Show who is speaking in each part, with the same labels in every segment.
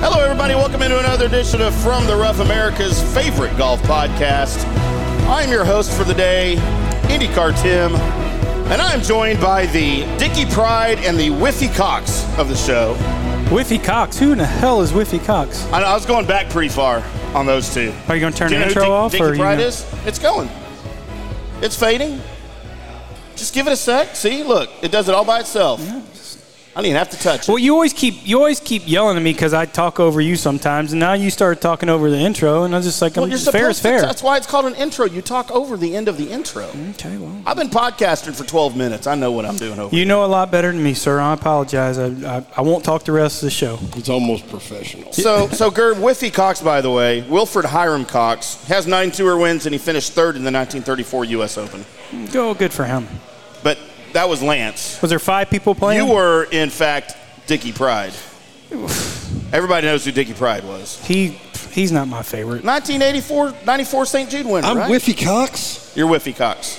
Speaker 1: Hello, everybody. Welcome into another edition of From the Rough America's favorite golf podcast. I'm your host for the day, IndyCar Tim, and I'm joined by the Dicky Pride and the Whiffy Cox of the show.
Speaker 2: Whiffy Cox. Who in the hell is Whiffy Cox?
Speaker 1: I, know, I was going back pretty far on those two.
Speaker 2: Are you going to turn
Speaker 1: Do you
Speaker 2: the
Speaker 1: know who
Speaker 2: intro
Speaker 1: Dick-
Speaker 2: off?
Speaker 1: Dicky
Speaker 2: or you
Speaker 1: Pride
Speaker 2: know-
Speaker 1: is? It's going. It's fading. Just give it a sec. See, look, it does it all by itself. I didn't even have to touch it.
Speaker 2: Well, you always keep you always keep yelling at me because I talk over you sometimes, and now you start talking over the intro, and I was just like, I'm
Speaker 1: Well, you're
Speaker 2: fair is
Speaker 1: supposed to-
Speaker 2: fair.
Speaker 1: That's why it's called an intro. You talk over the end of the intro.
Speaker 2: okay, well.
Speaker 1: I've been podcasting for 12 minutes. I know what I'm doing over.
Speaker 2: You know a lot better than me, sir. I apologize. I, I, I won't talk the rest of the show.
Speaker 3: It's almost professional.
Speaker 1: So, so Gerd Whiffy Cox, by the way, Wilfred Hiram Cox has nine tour wins and he finished third in the 1934 U.S. Open.
Speaker 2: Go, good for him.
Speaker 1: But that was Lance.
Speaker 2: Was there five people playing?
Speaker 1: You were, in fact, Dickie Pride. Everybody knows who Dickie Pride was.
Speaker 2: He he's not my favorite.
Speaker 1: 1984, 94 St. Jude winner.
Speaker 3: I'm
Speaker 1: right?
Speaker 3: Whiffy Cox.
Speaker 1: You're Whiffy Cox.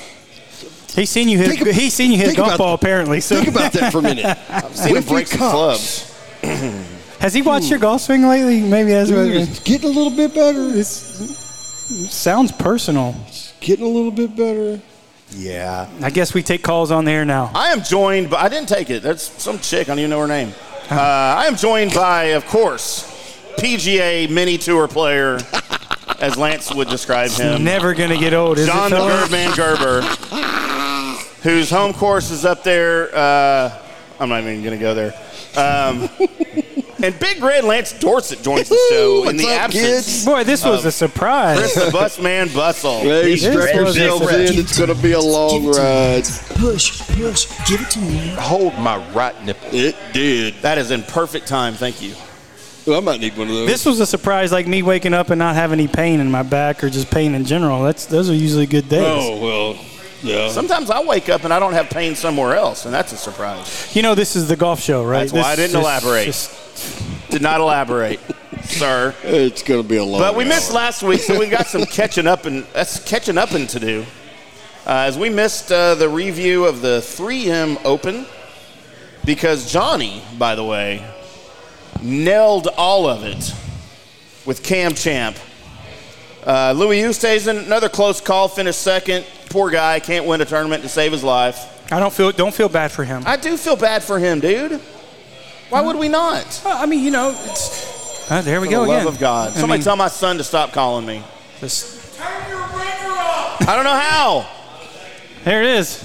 Speaker 2: He's seen you hit.
Speaker 3: Think ab-
Speaker 2: he's seen you hit a
Speaker 3: think
Speaker 2: golf
Speaker 3: about-
Speaker 2: ball apparently. So
Speaker 3: Think about that for a minute.
Speaker 1: seen him break some clubs.
Speaker 2: has he watched your golf swing lately? Maybe that's what.
Speaker 3: Ooh,
Speaker 1: Hmm.
Speaker 2: It
Speaker 3: It's getting a little bit better. It's
Speaker 2: sounds personal.
Speaker 3: getting a little bit better.
Speaker 1: Yeah.
Speaker 2: I guess we take calls on the air now.
Speaker 1: I am joined, but I didn't take it. That's some chick. I don't even know her name. Uh, I am joined by, of course, PGA mini tour player, as Lance would describe him,
Speaker 2: Never gonna get old, is
Speaker 1: John
Speaker 2: it?
Speaker 1: the
Speaker 2: fellas?
Speaker 1: Birdman Gerber, whose home course is up there. Uh, I'm not even going to go there. Um, and Big Red Lance Dorset joins the show in
Speaker 3: What's
Speaker 1: the
Speaker 3: up,
Speaker 1: absence.
Speaker 3: kids?
Speaker 2: Boy, this was a surprise.
Speaker 1: Chris the Bus Man Bustle.
Speaker 3: Well, you
Speaker 2: This
Speaker 3: strap
Speaker 2: was
Speaker 3: yourself
Speaker 2: a-
Speaker 3: in. It's going to be a long
Speaker 4: Give it to
Speaker 3: ride.
Speaker 4: Push, push, give it to me.
Speaker 5: Hold my right nipple.
Speaker 3: It did.
Speaker 1: That is in perfect time. Thank you.
Speaker 3: Well, I might need one of those.
Speaker 2: This was a surprise, like me waking up and not having any pain in my back or just pain in general. That's those are usually good days.
Speaker 3: oh, well, yeah.
Speaker 1: Sometimes I wake up and I don't have pain somewhere else, and that's a surprise.
Speaker 2: You know, this is the golf show, right?
Speaker 1: That's why I
Speaker 2: This-
Speaker 1: didn't
Speaker 2: this-
Speaker 1: elaborate.
Speaker 2: this-
Speaker 1: Did not elaborate, sir.
Speaker 3: it's going to be a long
Speaker 1: But we
Speaker 3: hour.
Speaker 1: missed last week, so we got some catching up and that's catching up and to do. Uh, as we missed uh, the review of the 3M Open, because Johnny, by the way, nailed all of it with Cam Champ. Uh, Louis Oosthuizen, another close call, finished second. Poor guy, can't win a tournament to save his life.
Speaker 2: I don't feel don't feel bad for him. I,
Speaker 1: I do feel bad for him, dude. Why would we not?
Speaker 2: I mean, you know, it's uh, there we
Speaker 1: For
Speaker 2: go
Speaker 1: the love
Speaker 2: again.
Speaker 1: of God.
Speaker 2: I
Speaker 1: Somebody
Speaker 2: mean,
Speaker 1: tell my son to stop calling me.
Speaker 2: this-
Speaker 1: I don't know how.
Speaker 2: there it is.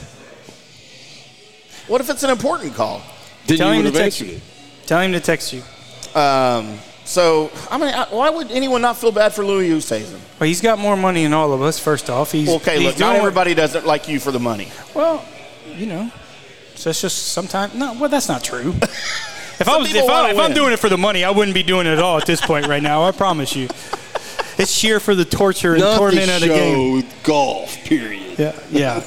Speaker 1: What if it's an important call?
Speaker 3: Then
Speaker 2: Tell
Speaker 3: you
Speaker 2: him
Speaker 3: would
Speaker 2: to
Speaker 3: have
Speaker 2: text
Speaker 3: answered
Speaker 2: you.
Speaker 3: it.
Speaker 2: Tell him to text you.
Speaker 1: Um, so, I mean, I, why would anyone not feel bad for Louis Oosthuizen?
Speaker 2: Well, he's got more money than all of us. First off, he's
Speaker 1: Well, okay,
Speaker 2: he's
Speaker 1: look, not
Speaker 2: doing-
Speaker 1: everybody does it like you for the money.
Speaker 2: Well, you know, so it's just sometimes. No, well, that's not true. If I
Speaker 1: Some
Speaker 2: was,
Speaker 1: people
Speaker 2: if, I,
Speaker 1: wanna
Speaker 2: if I'm
Speaker 1: win.
Speaker 2: doing it for the money, I wouldn't be doing it at all at this point right now. I promise you. It's sheer for the torture and
Speaker 3: Not
Speaker 2: torment
Speaker 3: the
Speaker 2: of the game.
Speaker 3: show, golf, period.
Speaker 2: Yeah, yeah.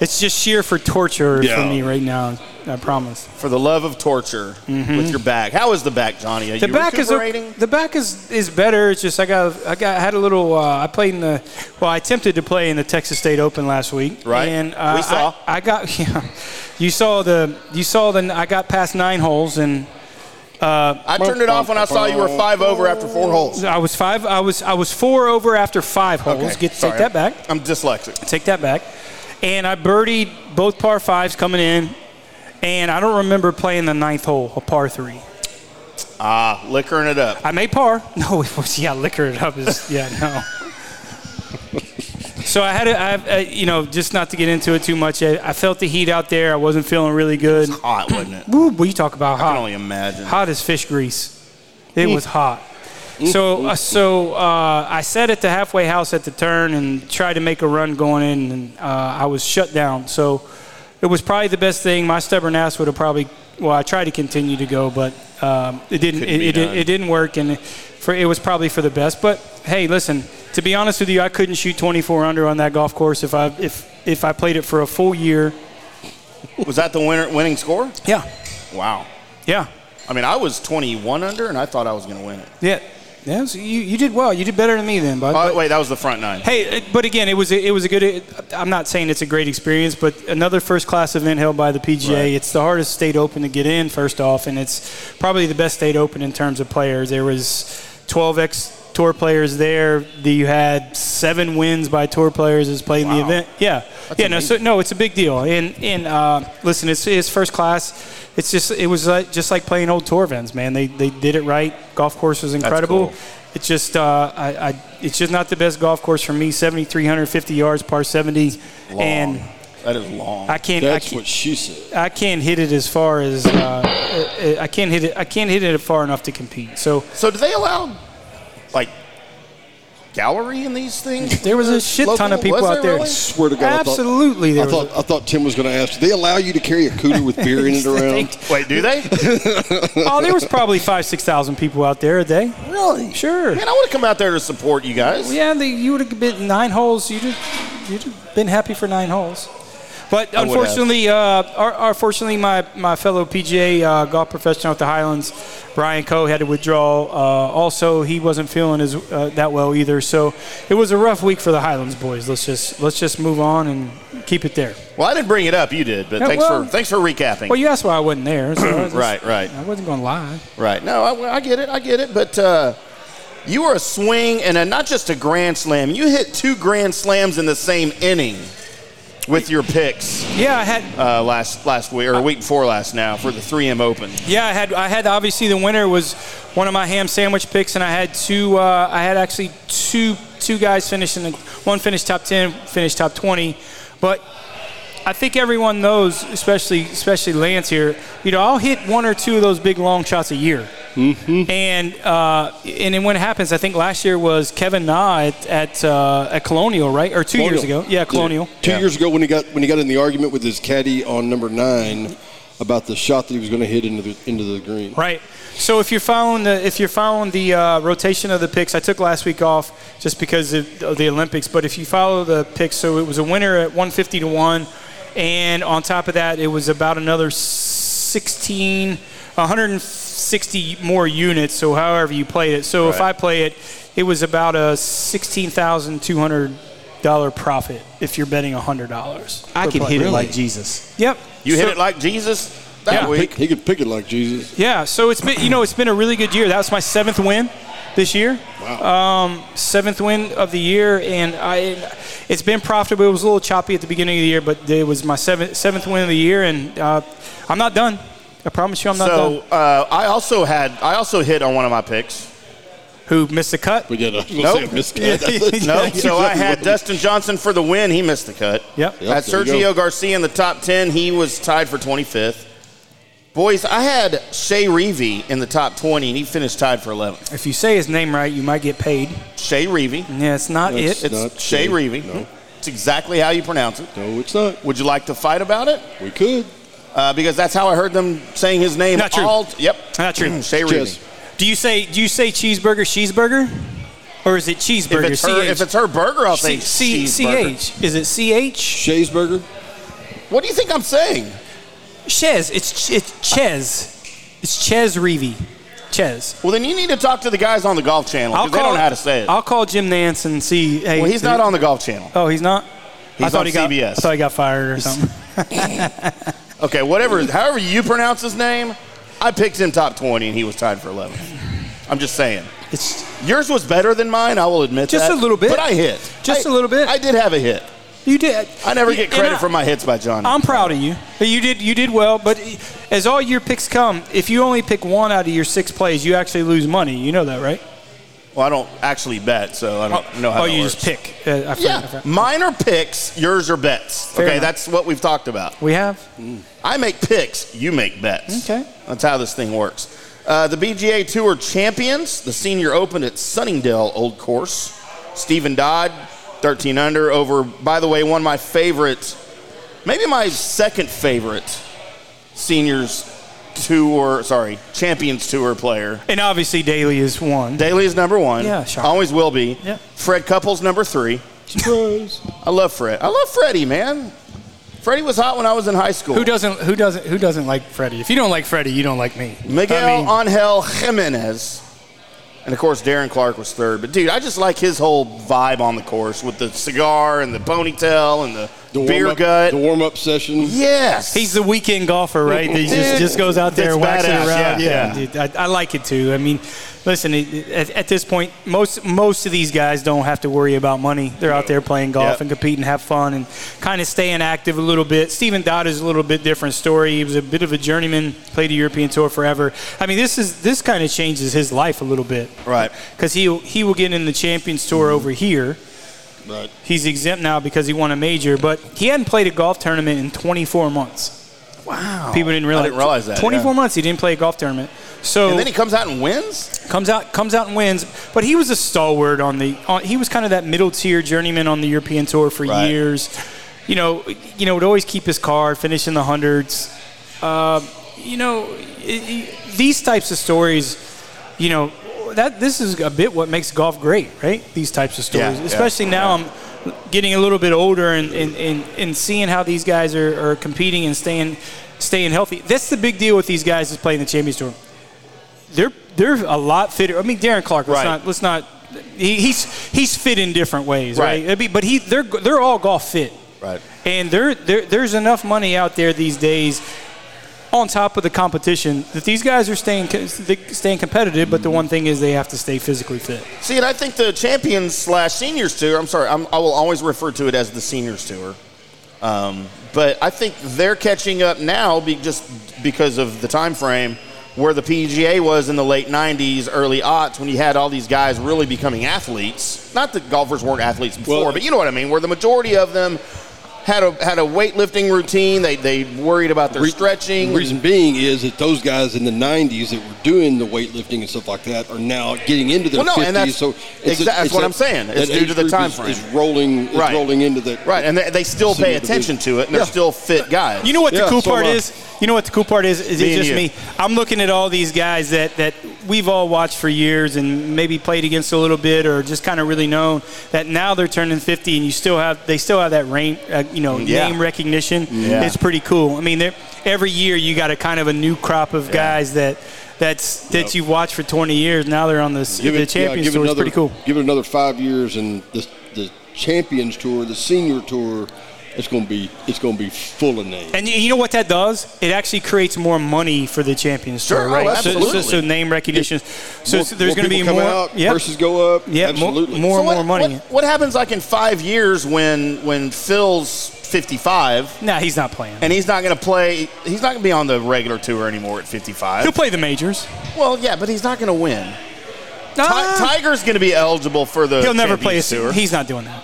Speaker 2: It's just sheer for torture
Speaker 3: Yeah.
Speaker 2: for me right now. I promise.
Speaker 1: For the love of torture with your back. How is the back, Johnny? Are
Speaker 2: Mm-hmm. The
Speaker 1: you
Speaker 2: back is
Speaker 1: recuperating?
Speaker 2: the back is is better. It's just I got I got I had a little. Uh, I played in the well. I attempted to play in the Texas State Open last week.
Speaker 1: Right.
Speaker 2: And uh,
Speaker 1: We saw.
Speaker 2: I, I got yeah. You saw the you saw the I got past nine holes and
Speaker 1: I turned it off when I saw you were five over after four holes.
Speaker 2: I was five. I was I was four over after five holes.
Speaker 1: Okay,
Speaker 2: Get
Speaker 1: sorry.
Speaker 2: take that back.
Speaker 1: I'm dyslexic.
Speaker 2: Take that back. And I birdied both par fives coming in, and I don't remember playing the ninth hole, a par three.
Speaker 1: Ah, liquoring it up.
Speaker 2: I made par. No, it was yeah, liquor it up is yeah no. so I had a, I, have, uh, you know, just not to get into it too much. I, I felt the heat out there. I wasn't feeling really good.
Speaker 1: Hot, wasn't it?
Speaker 2: Woo, we talk about
Speaker 1: I
Speaker 2: hot.
Speaker 1: can only imagine.
Speaker 2: hot as fish grease. It
Speaker 5: Mm.
Speaker 2: was hot. So, uh, so uh, I set at the halfway house at the turn and tried to make a run going in, and uh, I was shut down. So, it was probably the best thing. My stubborn ass would have probably well, I tried to continue to go, but um, it didn't.
Speaker 5: Couldn't
Speaker 2: It,
Speaker 5: be
Speaker 2: it, didn't-
Speaker 5: done.
Speaker 2: it didn't work, and for it was probably for the best. But hey, listen. To be honest with you, I couldn't shoot 24 under on that golf course if I if if I played it for a full year.
Speaker 1: Was that the winner, winning score?
Speaker 2: Yeah.
Speaker 1: Wow.
Speaker 2: Yeah.
Speaker 1: I mean, I was 21 under, and I thought I was going to win it.
Speaker 2: Yeah. Yeah. So you, you did well. You did better than me then, bud.
Speaker 1: Oh, wait, that was the front nine.
Speaker 2: Hey, it- but again, it was a, it was a good. uh, I'm not saying it's a great experience, but another first class event held by the PGA.
Speaker 1: Right.
Speaker 2: It's the hardest state open to get in, first off, and it's probably the best state open in terms of players. There was 12 ex tour players there. The, you had seven wins by tour players as playing the
Speaker 1: Wow.
Speaker 2: event. Yeah, yeah. No, so no, it's a big deal. And and uh, listen, it's, it's first class. It's just it was like, just like playing old tour events, man. They they did it right. Golf course was incredible.
Speaker 5: cool.
Speaker 2: It's just uh, I, I it's just not the best golf course for me. Seventy three hundred fifty yards, par seventy, and
Speaker 1: that is long.
Speaker 2: I can't I
Speaker 3: That's
Speaker 2: can't,
Speaker 3: what she said.
Speaker 2: I can't hit it as far as uh, uh, uh, I can't hit it I can't hit it far enough to compete. So
Speaker 1: so, do they allow like gallery in these things?
Speaker 2: there was a shit ton
Speaker 1: Local-
Speaker 2: of people
Speaker 1: was
Speaker 2: out there.
Speaker 1: really?
Speaker 3: Swear to God. I thought-
Speaker 2: Absolutely, there
Speaker 3: I
Speaker 2: was
Speaker 3: thought, I thought, Tim was going to ask, do they allow you to carry a cooter with beer in it around?
Speaker 1: Wait, do they?
Speaker 2: Oh, there was probably five six thousand people out there a day.
Speaker 1: really?
Speaker 2: Sure.
Speaker 1: Man, I want to come out there to support you guys.
Speaker 2: Yeah, the, you would have been nine holes. You'd have, you'd have been happy for nine holes. But
Speaker 1: would have.
Speaker 2: unfortunately, uh, our, unfortunately, my, my fellow PGA uh, golf professional at the Highlands, Brian Coe, had to withdraw. Uh, also, he wasn't feeling as uh, that well either. So it was a rough week for the Highlands boys. Let's just let's just move on and keep it there.
Speaker 1: Well, I didn't bring it up. You did, but
Speaker 2: Yeah,
Speaker 1: thanks
Speaker 2: well-
Speaker 1: for thanks for recapping.
Speaker 2: Well, you asked why I wasn't there. So I was just-
Speaker 1: Right, right.
Speaker 2: I wasn't going to lie.
Speaker 1: Right. No, I, I get it. I get it. But uh, you were a swing and a, not just a grand slam. You hit two grand slams in the same inning with your picks
Speaker 2: Yeah, I had
Speaker 1: uh, last last week or a week before last now for the 3M Open.
Speaker 2: Yeah, I had I had obviously the winner was one of my ham sandwich picks, and I had two. Uh, I had actually two two guys finishing. One finished top ten, finished top twenty, but I think everyone knows, especially especially Lance here. You know, I'll hit one or two of those big long shots a year, mm-hmm. and uh, and then when it happens, I think last year was Kevin Na at at, uh, at Colonial, right, or two years ago? Yeah, Colonial.
Speaker 3: Two years ago, when he got when he got in the argument with his caddy on number nine about the shot that he was going to hit into the into the green.
Speaker 2: Right. So if you're following the if you're following the uh, rotation of the picks, I took last week off just because of, of the Olympics. But if you follow the picks, so it was a winner at 150 to one, and on top of that, it was about another 16, 160 more units. So however you played it. So if
Speaker 1: Right.
Speaker 2: I play it, it was about a sixteen thousand two hundred dollar profit if you're betting hundred dollars.
Speaker 5: I can hit it like
Speaker 2: Jesus.
Speaker 5: Jesus.
Speaker 2: Yep.
Speaker 1: You
Speaker 2: So-
Speaker 1: hit it like Jesus that
Speaker 2: Yeah.
Speaker 1: week.
Speaker 3: He could pick it like Jesus.
Speaker 2: Yeah, so it's been you know it's been a really good year. That was my seventh win this year, Um,
Speaker 3: Wow.
Speaker 2: seventh win of the year, and I it's been profitable. It was a little choppy at the beginning of the year, but it was my seventh seventh win of the year, and uh, I'm not done. I promise you, I'm not
Speaker 1: So
Speaker 2: done.
Speaker 1: uh, I also had I also hit on one of my picks.
Speaker 2: Who missed the cut?
Speaker 3: but yeah, I was gonna
Speaker 1: Nope.
Speaker 3: say I missed that. That's-
Speaker 1: No,
Speaker 3: that's
Speaker 1: so I
Speaker 3: exactly
Speaker 1: had
Speaker 3: what-
Speaker 1: Dustin Johnson for the win. He missed the cut.
Speaker 2: Yep.
Speaker 1: I had
Speaker 3: Yep, there you
Speaker 1: Sergio Garcia in the top 10. He was tied for 25th. Boys, I had Shea Reevy in the top 20, and he finished tied for 11th.
Speaker 2: If you say his name right, you might get paid.
Speaker 1: Shea Reevy.
Speaker 2: Yeah, it's not
Speaker 3: That's-
Speaker 2: it.
Speaker 1: It's
Speaker 3: Not
Speaker 1: Shea
Speaker 3: Shea,
Speaker 1: Reevy.
Speaker 3: no.
Speaker 1: It's exactly how you pronounce it.
Speaker 3: No, it's not.
Speaker 1: Would you like to fight about it?
Speaker 3: We could.
Speaker 1: Uh, because that's how I heard them saying his name.
Speaker 2: Not true.
Speaker 1: All, yep.
Speaker 2: Not true.
Speaker 1: Shea
Speaker 3: Cheers.
Speaker 1: Reevy.
Speaker 2: Do you say do you say cheeseburger cheeseburger, or is it
Speaker 1: If
Speaker 2: cheeseburger?
Speaker 1: it's, her,
Speaker 2: CH?
Speaker 1: if it's her burger, I'll
Speaker 2: C-
Speaker 1: say
Speaker 2: C-
Speaker 1: cheeseburger.
Speaker 2: CH. Is it CH?
Speaker 3: Shay's burger.
Speaker 1: What do you think I'm saying?
Speaker 2: Chez. It's it's Chez. It's Chez Reevy. Chez.
Speaker 1: Well, then you need to talk to the guys on the Golf Channel because they don't know how to say it.
Speaker 2: I'll call Jim Nance and see. Hey,
Speaker 1: well, he's not on the Golf Channel.
Speaker 2: Oh, he's not. I
Speaker 1: He's
Speaker 2: thought
Speaker 1: on
Speaker 2: he got,
Speaker 1: CBS.
Speaker 2: I thought he got fired or something.
Speaker 1: Okay, whatever, however you pronounce his name, I picked him top 20 and he was tied for 11th. I'm just saying.
Speaker 2: It's
Speaker 1: Yours was better than mine, I will admit
Speaker 2: Just
Speaker 1: that.
Speaker 2: a little bit.
Speaker 1: But I hit.
Speaker 2: Just
Speaker 1: a
Speaker 2: a little bit.
Speaker 1: I did have a hit.
Speaker 2: you did.
Speaker 1: I never get
Speaker 2: And
Speaker 1: credit
Speaker 2: I-
Speaker 1: for my hits by Johnny.
Speaker 2: I'm proud of you. You did you did well, but as all your picks come, if you only pick one out of your six plays, you actually lose money. You know that, right?
Speaker 1: well, I don't actually bet, so I don't know how
Speaker 2: oh,
Speaker 1: that
Speaker 2: you
Speaker 1: works.
Speaker 2: just pick. Uh, I forgot- I
Speaker 1: Yeah,
Speaker 2: forgot.
Speaker 1: mine are picks, yours are bets.
Speaker 2: Fair
Speaker 1: okay,
Speaker 2: enough.
Speaker 1: that's what we've talked about.
Speaker 2: We have.
Speaker 1: I make picks, you make bets.
Speaker 2: Okay.
Speaker 1: That's how this thing works. Uh, the BGA Tour champions, the senior open at Sunningdale Old Course. Stephen Dodd, 13 under, over, by the way, one of my favorite, maybe my second favorite seniors tour, sorry, Champions Tour player.
Speaker 2: And obviously, Daly is one.
Speaker 1: Daly is number one.
Speaker 2: Yeah, sure.
Speaker 1: Always will be.
Speaker 2: Yeah.
Speaker 1: Fred Couples number three.
Speaker 3: Surprise.
Speaker 1: I love Fred. I love Freddie, man. Freddie was hot when I was in high school.
Speaker 2: Who doesn't? Who doesn't? Who doesn't like Freddie? If you don't like Freddie, you don't like me.
Speaker 1: Miguel
Speaker 2: I mean,
Speaker 1: Angel Jimenez. And of course, Darren Clark was third. But dude, I just like his whole vibe on the course with the cigar and the ponytail and the,
Speaker 3: The
Speaker 1: beer
Speaker 3: warm-up-
Speaker 1: gut.
Speaker 3: The warm up session.
Speaker 1: yes.
Speaker 2: he's the weekend golfer, right? He
Speaker 1: Dude,
Speaker 2: just, just goes out
Speaker 1: that's
Speaker 2: there waxing
Speaker 1: badass,
Speaker 2: around.
Speaker 1: yeah, yeah.
Speaker 2: dude, I, I like it too. I mean, listen, it- it- at, at this point, most most of these guys don't have to worry about money. They're out there playing golf
Speaker 1: Yep.
Speaker 2: and competing, have fun, and kind of staying active a little bit. Stephen Dodd is a little bit different story. He was a bit of a journeyman, played the European Tour forever. I mean, this is this kind of changes his life a little bit
Speaker 1: right.
Speaker 2: because he he will get in the Champions Tour over here.
Speaker 3: Right.
Speaker 2: He's exempt now because he won a major, but he hadn't played a golf tournament in 24 months.
Speaker 1: Wow.
Speaker 2: People didn't realize,
Speaker 1: I didn't realize that.
Speaker 2: 24
Speaker 1: yeah.
Speaker 2: months he didn't play a golf tournament. So
Speaker 1: And then he comes out and wins?
Speaker 2: comes out comes out and wins. But he was a stalwart on the. On, he was kind of that middle tier journeyman on the European tour for
Speaker 1: Right.
Speaker 2: years. You know, you know, would always keep his card, finish in the hundreds. Uh, you know, i i these types of stories. You know, that this is a bit what makes golf great, right? These types of
Speaker 1: Yeah,
Speaker 2: stories,
Speaker 1: yeah,
Speaker 2: especially now. I'm getting a little bit older and, and, and, and seeing how these guys are, are competing and staying staying healthy. That's the big deal with these guys is playing the Champions Tour they're they're a lot fitter. I mean, Darren Clark. Let's
Speaker 1: Right.
Speaker 2: not let's not. He, he's he's fit in different ways,
Speaker 1: Right.
Speaker 2: right? I mean, but he they're they're all golf fit,
Speaker 1: Right.
Speaker 2: and there there there's enough money out there these days. On top of the competition, that these guys are staying co- staying competitive, but the one thing is they have to stay physically fit.
Speaker 1: See, and I think the champions slash seniors tour. I'm sorry, I'm, I will always refer to it as the seniors tour. Um, but I think they're catching up now, be, just because of the time frame where the PGA was in the late '90s, early aughts, when you had all these guys really becoming athletes. Not that golfers weren't athletes before,
Speaker 3: Well-
Speaker 1: but you know what I mean. Where the majority of them had a had a weightlifting routine. They they worried about their
Speaker 3: Re-
Speaker 1: stretching.
Speaker 3: The reason being is that those guys in the 90s that were doing the weightlifting and stuff like that are now getting into their
Speaker 1: Well,
Speaker 3: 50s.
Speaker 1: no, and that's-
Speaker 3: so
Speaker 1: exa- that's what I'm saying. It's
Speaker 3: that
Speaker 1: due
Speaker 3: age
Speaker 1: to the
Speaker 3: group
Speaker 1: time
Speaker 3: is,
Speaker 1: frame.
Speaker 3: Is rolling, is
Speaker 1: Right.
Speaker 3: rolling into that.
Speaker 1: Right, and they, they still pay
Speaker 3: Senior division.
Speaker 1: attention to it, and they're
Speaker 3: Yeah.
Speaker 1: still fit guys.
Speaker 2: You know what the
Speaker 3: Yeah,
Speaker 2: cool
Speaker 3: so,
Speaker 2: part
Speaker 3: uh,
Speaker 2: is? You know what the cool part is? Is
Speaker 1: Me
Speaker 2: it
Speaker 1: and
Speaker 2: just
Speaker 1: you.
Speaker 2: me? I'm looking at all these guys that, that we've all watched for years and maybe played against a little bit or just kind of really known that now they're turning 50 and you still have they still have that rain, uh, you know,
Speaker 1: Yeah.
Speaker 2: name recognition.
Speaker 1: Yeah.
Speaker 2: It's pretty cool. I mean, they're- every year you got a kind of a new crop of guys that that's that
Speaker 3: Yep.
Speaker 2: you've watched for 20 years. Now they're on the,
Speaker 3: Give
Speaker 2: the
Speaker 3: it, yeah,
Speaker 2: Champions
Speaker 3: give it
Speaker 2: Tour.
Speaker 3: another,
Speaker 2: it's pretty cool.
Speaker 3: Give it another five years, and the, the Champions Tour, the Senior Tour, it's going to be it's going to be full of names.
Speaker 2: And you- you know what that does? It actually creates more money for the Champions Tour,
Speaker 1: Sure,
Speaker 2: right?
Speaker 1: oh,
Speaker 2: So-
Speaker 1: absolutely.
Speaker 2: So, so name recognition. So
Speaker 3: More-
Speaker 2: there's
Speaker 3: more
Speaker 2: going to be
Speaker 3: people
Speaker 2: more.
Speaker 3: come out,
Speaker 2: yep.
Speaker 3: purses go up.
Speaker 2: Yeah, more-
Speaker 3: absolutely.
Speaker 2: more-
Speaker 1: what,
Speaker 2: money.
Speaker 1: What, what happens like in five years when when Phil's 55
Speaker 2: Nah, he's not playing.
Speaker 1: and he's not going to play? He's not going to be on the regular tour anymore at 55.
Speaker 2: He'll play the majors.
Speaker 1: Well, yeah, but he's not going to win.
Speaker 2: Ah,
Speaker 1: Ti- Tiger's going to be eligible for the.
Speaker 2: he'll never play a
Speaker 1: Champions tour.
Speaker 2: He's not doing that.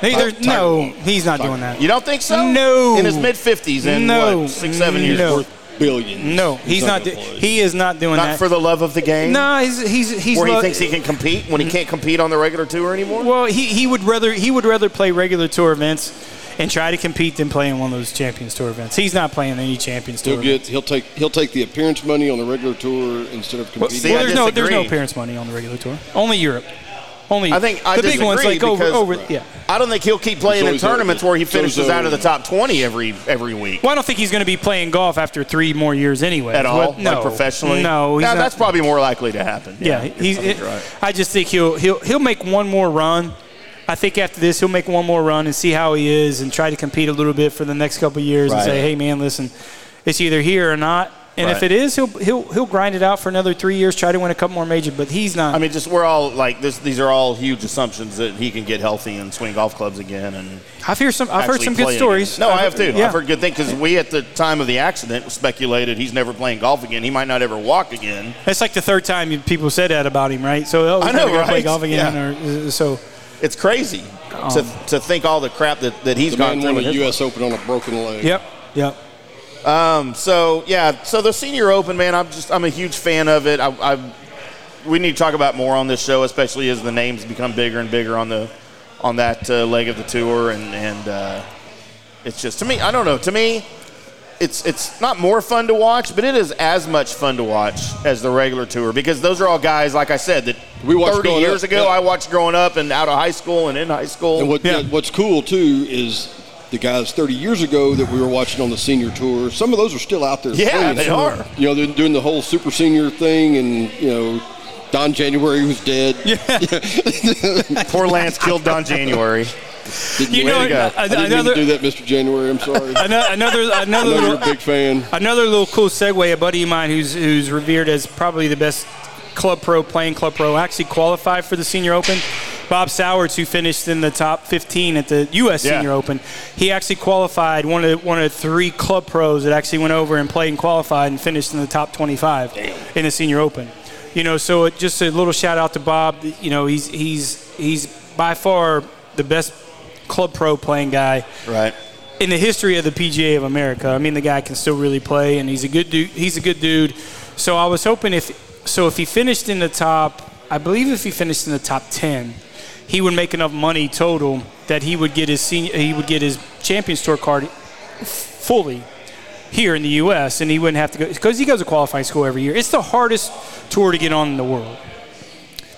Speaker 2: He- there's- no, he's not doing that.
Speaker 1: you don't think so?
Speaker 2: No.
Speaker 1: In his mid 50s in
Speaker 2: No.
Speaker 1: what, six seven years.
Speaker 2: No.
Speaker 1: Worth-
Speaker 3: billions.
Speaker 2: No, he's not. do-
Speaker 3: gonna play.
Speaker 2: He is not doing
Speaker 1: Not
Speaker 2: that.
Speaker 1: for the love of the game.
Speaker 2: no, he's he's he's.
Speaker 1: Where he
Speaker 2: lo-
Speaker 1: thinks he can compete when he can't compete on the regular tour anymore.
Speaker 2: Well, he, he would rather he would rather play regular tour events and try to compete than play in one of those Champions Tour events. He's not playing any Champions Tour.
Speaker 3: He'll get. He'll take. He'll take the appearance money on the regular tour instead of
Speaker 2: Well,
Speaker 3: competing.
Speaker 1: See, I
Speaker 2: there's no there's no
Speaker 1: disagree.
Speaker 2: appearance money on the regular tour. Only Europe. Only
Speaker 1: I think I
Speaker 2: the big ones
Speaker 1: disagree
Speaker 2: like over,
Speaker 1: because-
Speaker 2: over yeah.
Speaker 1: I don't think he'll keep playing
Speaker 3: It's
Speaker 1: in
Speaker 3: always a-
Speaker 1: tournaments where he
Speaker 3: it's always
Speaker 1: finishes
Speaker 3: a-
Speaker 1: out of the top 20 every every week.
Speaker 2: Well, I don't think he's going to be playing golf after three more years anyway.
Speaker 1: at all,
Speaker 2: Well, no.
Speaker 1: like professionally?
Speaker 2: No, he's
Speaker 1: Now,
Speaker 2: not-
Speaker 1: that's probably more likely to happen.
Speaker 2: yeah.
Speaker 1: you're
Speaker 2: he's.
Speaker 1: probably
Speaker 2: it- I just think he'll he'll he'll make one more run. I think after this he'll make one more run and see how he is and try to compete a little bit for the next couple of years
Speaker 1: Right.
Speaker 2: and say, hey man, listen, it's either here or not. And if
Speaker 1: Right.
Speaker 2: it is, he'll he'll he'll grind it out for another three years, try to win a couple more major. But he's not.
Speaker 1: I mean, just we're all like this. These are all huge assumptions that he can get healthy and swing golf clubs again. And
Speaker 2: I've heard some. I've heard
Speaker 1: actually
Speaker 2: some good
Speaker 1: play
Speaker 2: stories.
Speaker 1: again. No, I have too.
Speaker 2: Yeah.
Speaker 1: I've heard good things because we at the time of the accident speculated he's never playing golf again. He might not ever walk again.
Speaker 2: That's like the third time you- people said that about him, right? So oh, he's
Speaker 1: I know,
Speaker 2: never gonna play
Speaker 1: right?
Speaker 2: golf again, or uh, so.
Speaker 1: It's crazy
Speaker 2: Oh.
Speaker 1: to, to think all the crap that, that he's
Speaker 3: The
Speaker 1: gone
Speaker 3: man
Speaker 1: through.
Speaker 3: won
Speaker 1: in
Speaker 3: a
Speaker 1: his
Speaker 3: U.S. Open on a broken leg.
Speaker 2: Yep, yep.
Speaker 1: Um, so yeah, so the senior open, man, I'm just I'm a huge fan of it. I, I we need to talk about more on this show, especially as the names become bigger and bigger on the on that uh, leg of the tour, and and uh, it's just to me, I don't know, to me. it's it's not more fun to watch, but it is as much fun to watch as the regular tour because those are all guys, like I said, that
Speaker 3: We watched
Speaker 1: 30
Speaker 3: growing
Speaker 1: years
Speaker 3: up,
Speaker 1: ago
Speaker 3: yeah.
Speaker 1: I watched growing up and out of high school and in high school.
Speaker 3: And what,
Speaker 2: Yeah.
Speaker 3: what's cool too is the guys 30 years ago that we were watching on the senior tour. Some of those are still out there.
Speaker 1: Yeah,
Speaker 3: playing.
Speaker 1: they are.
Speaker 3: You know, they're doing the whole super senior thing, and you know, Don January was dead. Yeah,
Speaker 1: Poor Lance killed Don January.
Speaker 2: You know,
Speaker 1: to go.
Speaker 2: uh,
Speaker 3: I didn't mean
Speaker 2: another,
Speaker 3: to do that, Mr. January. I'm sorry. I
Speaker 2: ano- another, another,
Speaker 3: know you're a
Speaker 2: little,
Speaker 3: big fan.
Speaker 2: another little cool segue. A buddy of mine who's who's revered as probably the best club pro playing club pro actually qualified for the Senior Open. Bob Sowards, who finished in the top 15 at the U.S.
Speaker 1: Yeah.
Speaker 2: Senior Open, he actually qualified one of the, one of the three club pros that actually went over and played and qualified and finished in the top 25 in the Senior Open. You know, so it, just a little shout out to Bob. You know, he's he's he's by far the best club pro playing guy
Speaker 1: Right.
Speaker 2: in the history of the PGA of America. I mean, the guy can still really play, and he's a good dude. He's a good dude. So I was hoping if so, if he finished in the top, I believe if he finished in the top ten, he would make enough money total that he would get his senior, he would get his Champions Tour card f- fully here in the U.S. and he wouldn't have to go because he goes to qualifying school every year. It's the hardest tour to get on in the world.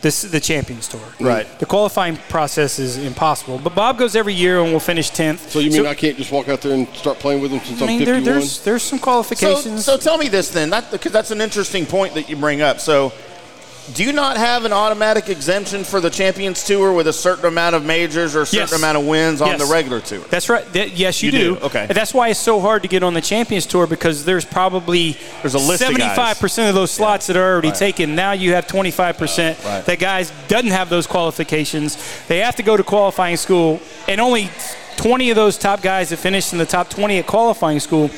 Speaker 2: This the Champions Tour.
Speaker 1: Right.
Speaker 2: The qualifying process is impossible. But Bob goes every year and will finish tenth.
Speaker 3: So you mean I can't just walk out there and start playing with them since
Speaker 2: I
Speaker 3: I
Speaker 2: mean,
Speaker 3: am
Speaker 2: there,
Speaker 3: 51?
Speaker 2: there's there's some
Speaker 1: So,
Speaker 2: qualifications.
Speaker 1: so tell me this then, that, because that's an interesting point that you bring up. So, do you not have an automatic exemption for the Champions Tour with a certain amount of majors or a certain
Speaker 2: Yes.
Speaker 1: amount of wins on
Speaker 2: Yes.
Speaker 1: the regular tour?
Speaker 2: that's right. That- yes, you,
Speaker 1: You do.
Speaker 2: do.
Speaker 1: Okay.
Speaker 2: And that's why it's so hard to get on the Champions Tour because there's probably
Speaker 1: There's a list of guys.
Speaker 2: 75 percent of those slots that are already taken. Now you have 25 percent
Speaker 1: Right.
Speaker 2: that guys doesn't have those qualifications. They have to go to qualifying school, and only 20 of those top guys that finished in the top 20 at qualifying school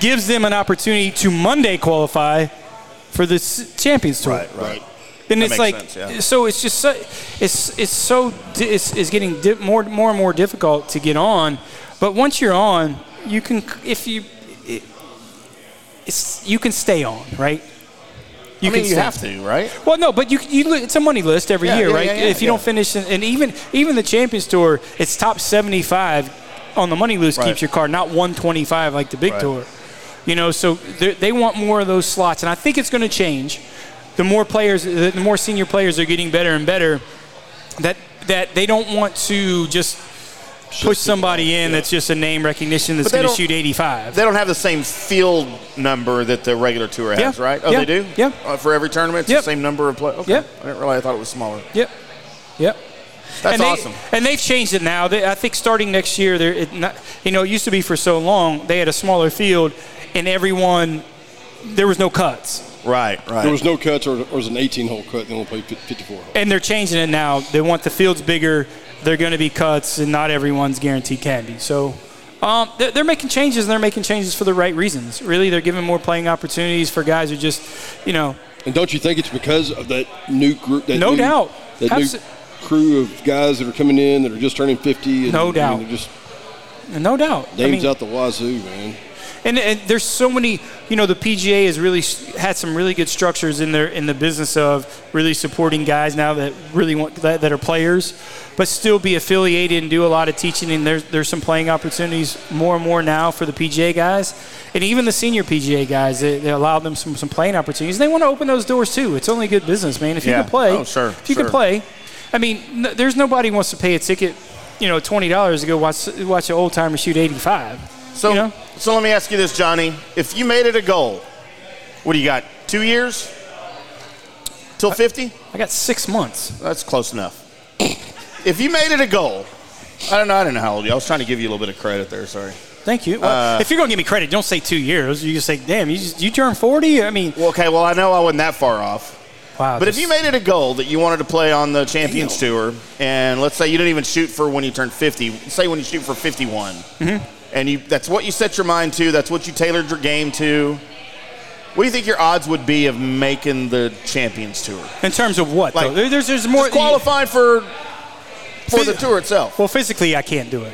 Speaker 2: gives them an opportunity to Monday qualify for the s- Champions Tour.
Speaker 3: right.
Speaker 2: then
Speaker 1: That
Speaker 2: it's
Speaker 1: makes
Speaker 2: like
Speaker 1: sense, yeah.
Speaker 2: so it's just so, it's it's so di- it's, it's getting di- more more and more difficult to get on but once you're on you can if you it, it's you can stay on right
Speaker 1: I mean, you
Speaker 2: stay.
Speaker 1: have to, right?
Speaker 2: Well, no, but you, you look- it's a money list every
Speaker 1: Yeah,
Speaker 2: year,
Speaker 1: yeah,
Speaker 2: right?
Speaker 1: yeah, yeah,
Speaker 2: if you
Speaker 1: yeah.
Speaker 2: don't finish, in, and even even the Champions Tour, it's top seventy five on the money list
Speaker 1: Right.
Speaker 2: keeps your card, not one twenty five like the big
Speaker 1: Right.
Speaker 2: tour. You know, so they they want more of those slots, and I think it's going to change. The more players, the more senior players are getting better and better. That that they don't want to just push somebody in that's just a name recognition that's
Speaker 1: But they
Speaker 2: going to
Speaker 1: don't-
Speaker 2: shoot eighty five.
Speaker 1: They don't have the same field number that the regular tour has,
Speaker 2: Yeah.
Speaker 1: right? Oh,
Speaker 2: Yeah.
Speaker 1: they do.
Speaker 2: Yeah.
Speaker 1: Uh, for every tournament, it's
Speaker 2: Yep.
Speaker 1: the same number of players. Okay.
Speaker 2: Yep.
Speaker 1: I didn't realize. I thought it was smaller.
Speaker 2: Yep. Yep.
Speaker 1: That's
Speaker 2: and they,
Speaker 1: awesome.
Speaker 2: And they've changed it now. They, I think starting next year, they're it not, you know, it used to be for so long they had a smaller field, and everyone there was no cuts.
Speaker 1: Right. Right.
Speaker 3: There was no cuts, or, or it was an 18 hole cut. They only played 54 holes.
Speaker 2: And they're changing it now. They want the fields bigger. They're going to be cuts, and not everyone's guaranteed candy. So. Um, they're, they're making changes, and they're making changes for the right reasons. Really, they're giving more playing opportunities for guys who just, you know,
Speaker 3: And don't you think it's because of that new group? That
Speaker 2: No
Speaker 3: new-
Speaker 2: doubt.
Speaker 3: That
Speaker 2: Abso-
Speaker 3: new crew of guys that are coming in that are just turning 50. And,
Speaker 2: No
Speaker 3: I mean,
Speaker 2: doubt.
Speaker 3: they're just
Speaker 2: no doubt. I
Speaker 3: names
Speaker 2: mean-
Speaker 3: out the wazoo, man.
Speaker 2: And, and there's so many, you know, the PGA has really s- had some really good structures in their in the business of really supporting guys now that really want that, that are players, but still be affiliated and do a lot of teaching. And there's there's some playing opportunities more and more now for the PGA guys, and even the senior PGA guys. They, they allow them some some playing opportunities. They want to open those doors too. It's only good business, man. If you
Speaker 1: Yeah.
Speaker 2: can play,
Speaker 1: Oh, sure,
Speaker 2: if you
Speaker 1: sure.
Speaker 2: can play, I mean, n- there's nobody wants to pay a ticket, you know, twenty dollars to go watch watch an old timer shoot eighty five.
Speaker 1: So,
Speaker 2: you know?
Speaker 1: so let me ask you this, Johnny. If you made it a goal, what do you got? Two years till fifty?
Speaker 2: I got six months.
Speaker 1: That's close enough. if you made it a goal, I don't know. I don't know how old you. I was trying to give you a little bit of credit there. Sorry.
Speaker 2: Thank you. Well,
Speaker 1: Uh,
Speaker 2: if you're gonna give me credit, don't say two years. You just say, "Damn, you just, you turned 40." I mean,
Speaker 1: Well, okay. Well, I know I wasn't that far off.
Speaker 2: wow.
Speaker 1: But if
Speaker 2: just-
Speaker 1: you made it a goal that you wanted to play on the Champions Tour, and let's say you didn't even shoot for when you turned 50, say when you shoot for 51,
Speaker 2: Mm-hmm.
Speaker 1: and you, that's what you set your mind to, that's what you tailored your game to, what do you think your odds would be of making the Champions Tour?
Speaker 2: in terms of what,
Speaker 1: Like,
Speaker 2: though? There- there's there's more.
Speaker 1: Just qualifying for, for the
Speaker 2: Phys-
Speaker 1: tour itself.
Speaker 2: well, physically, I can't do it.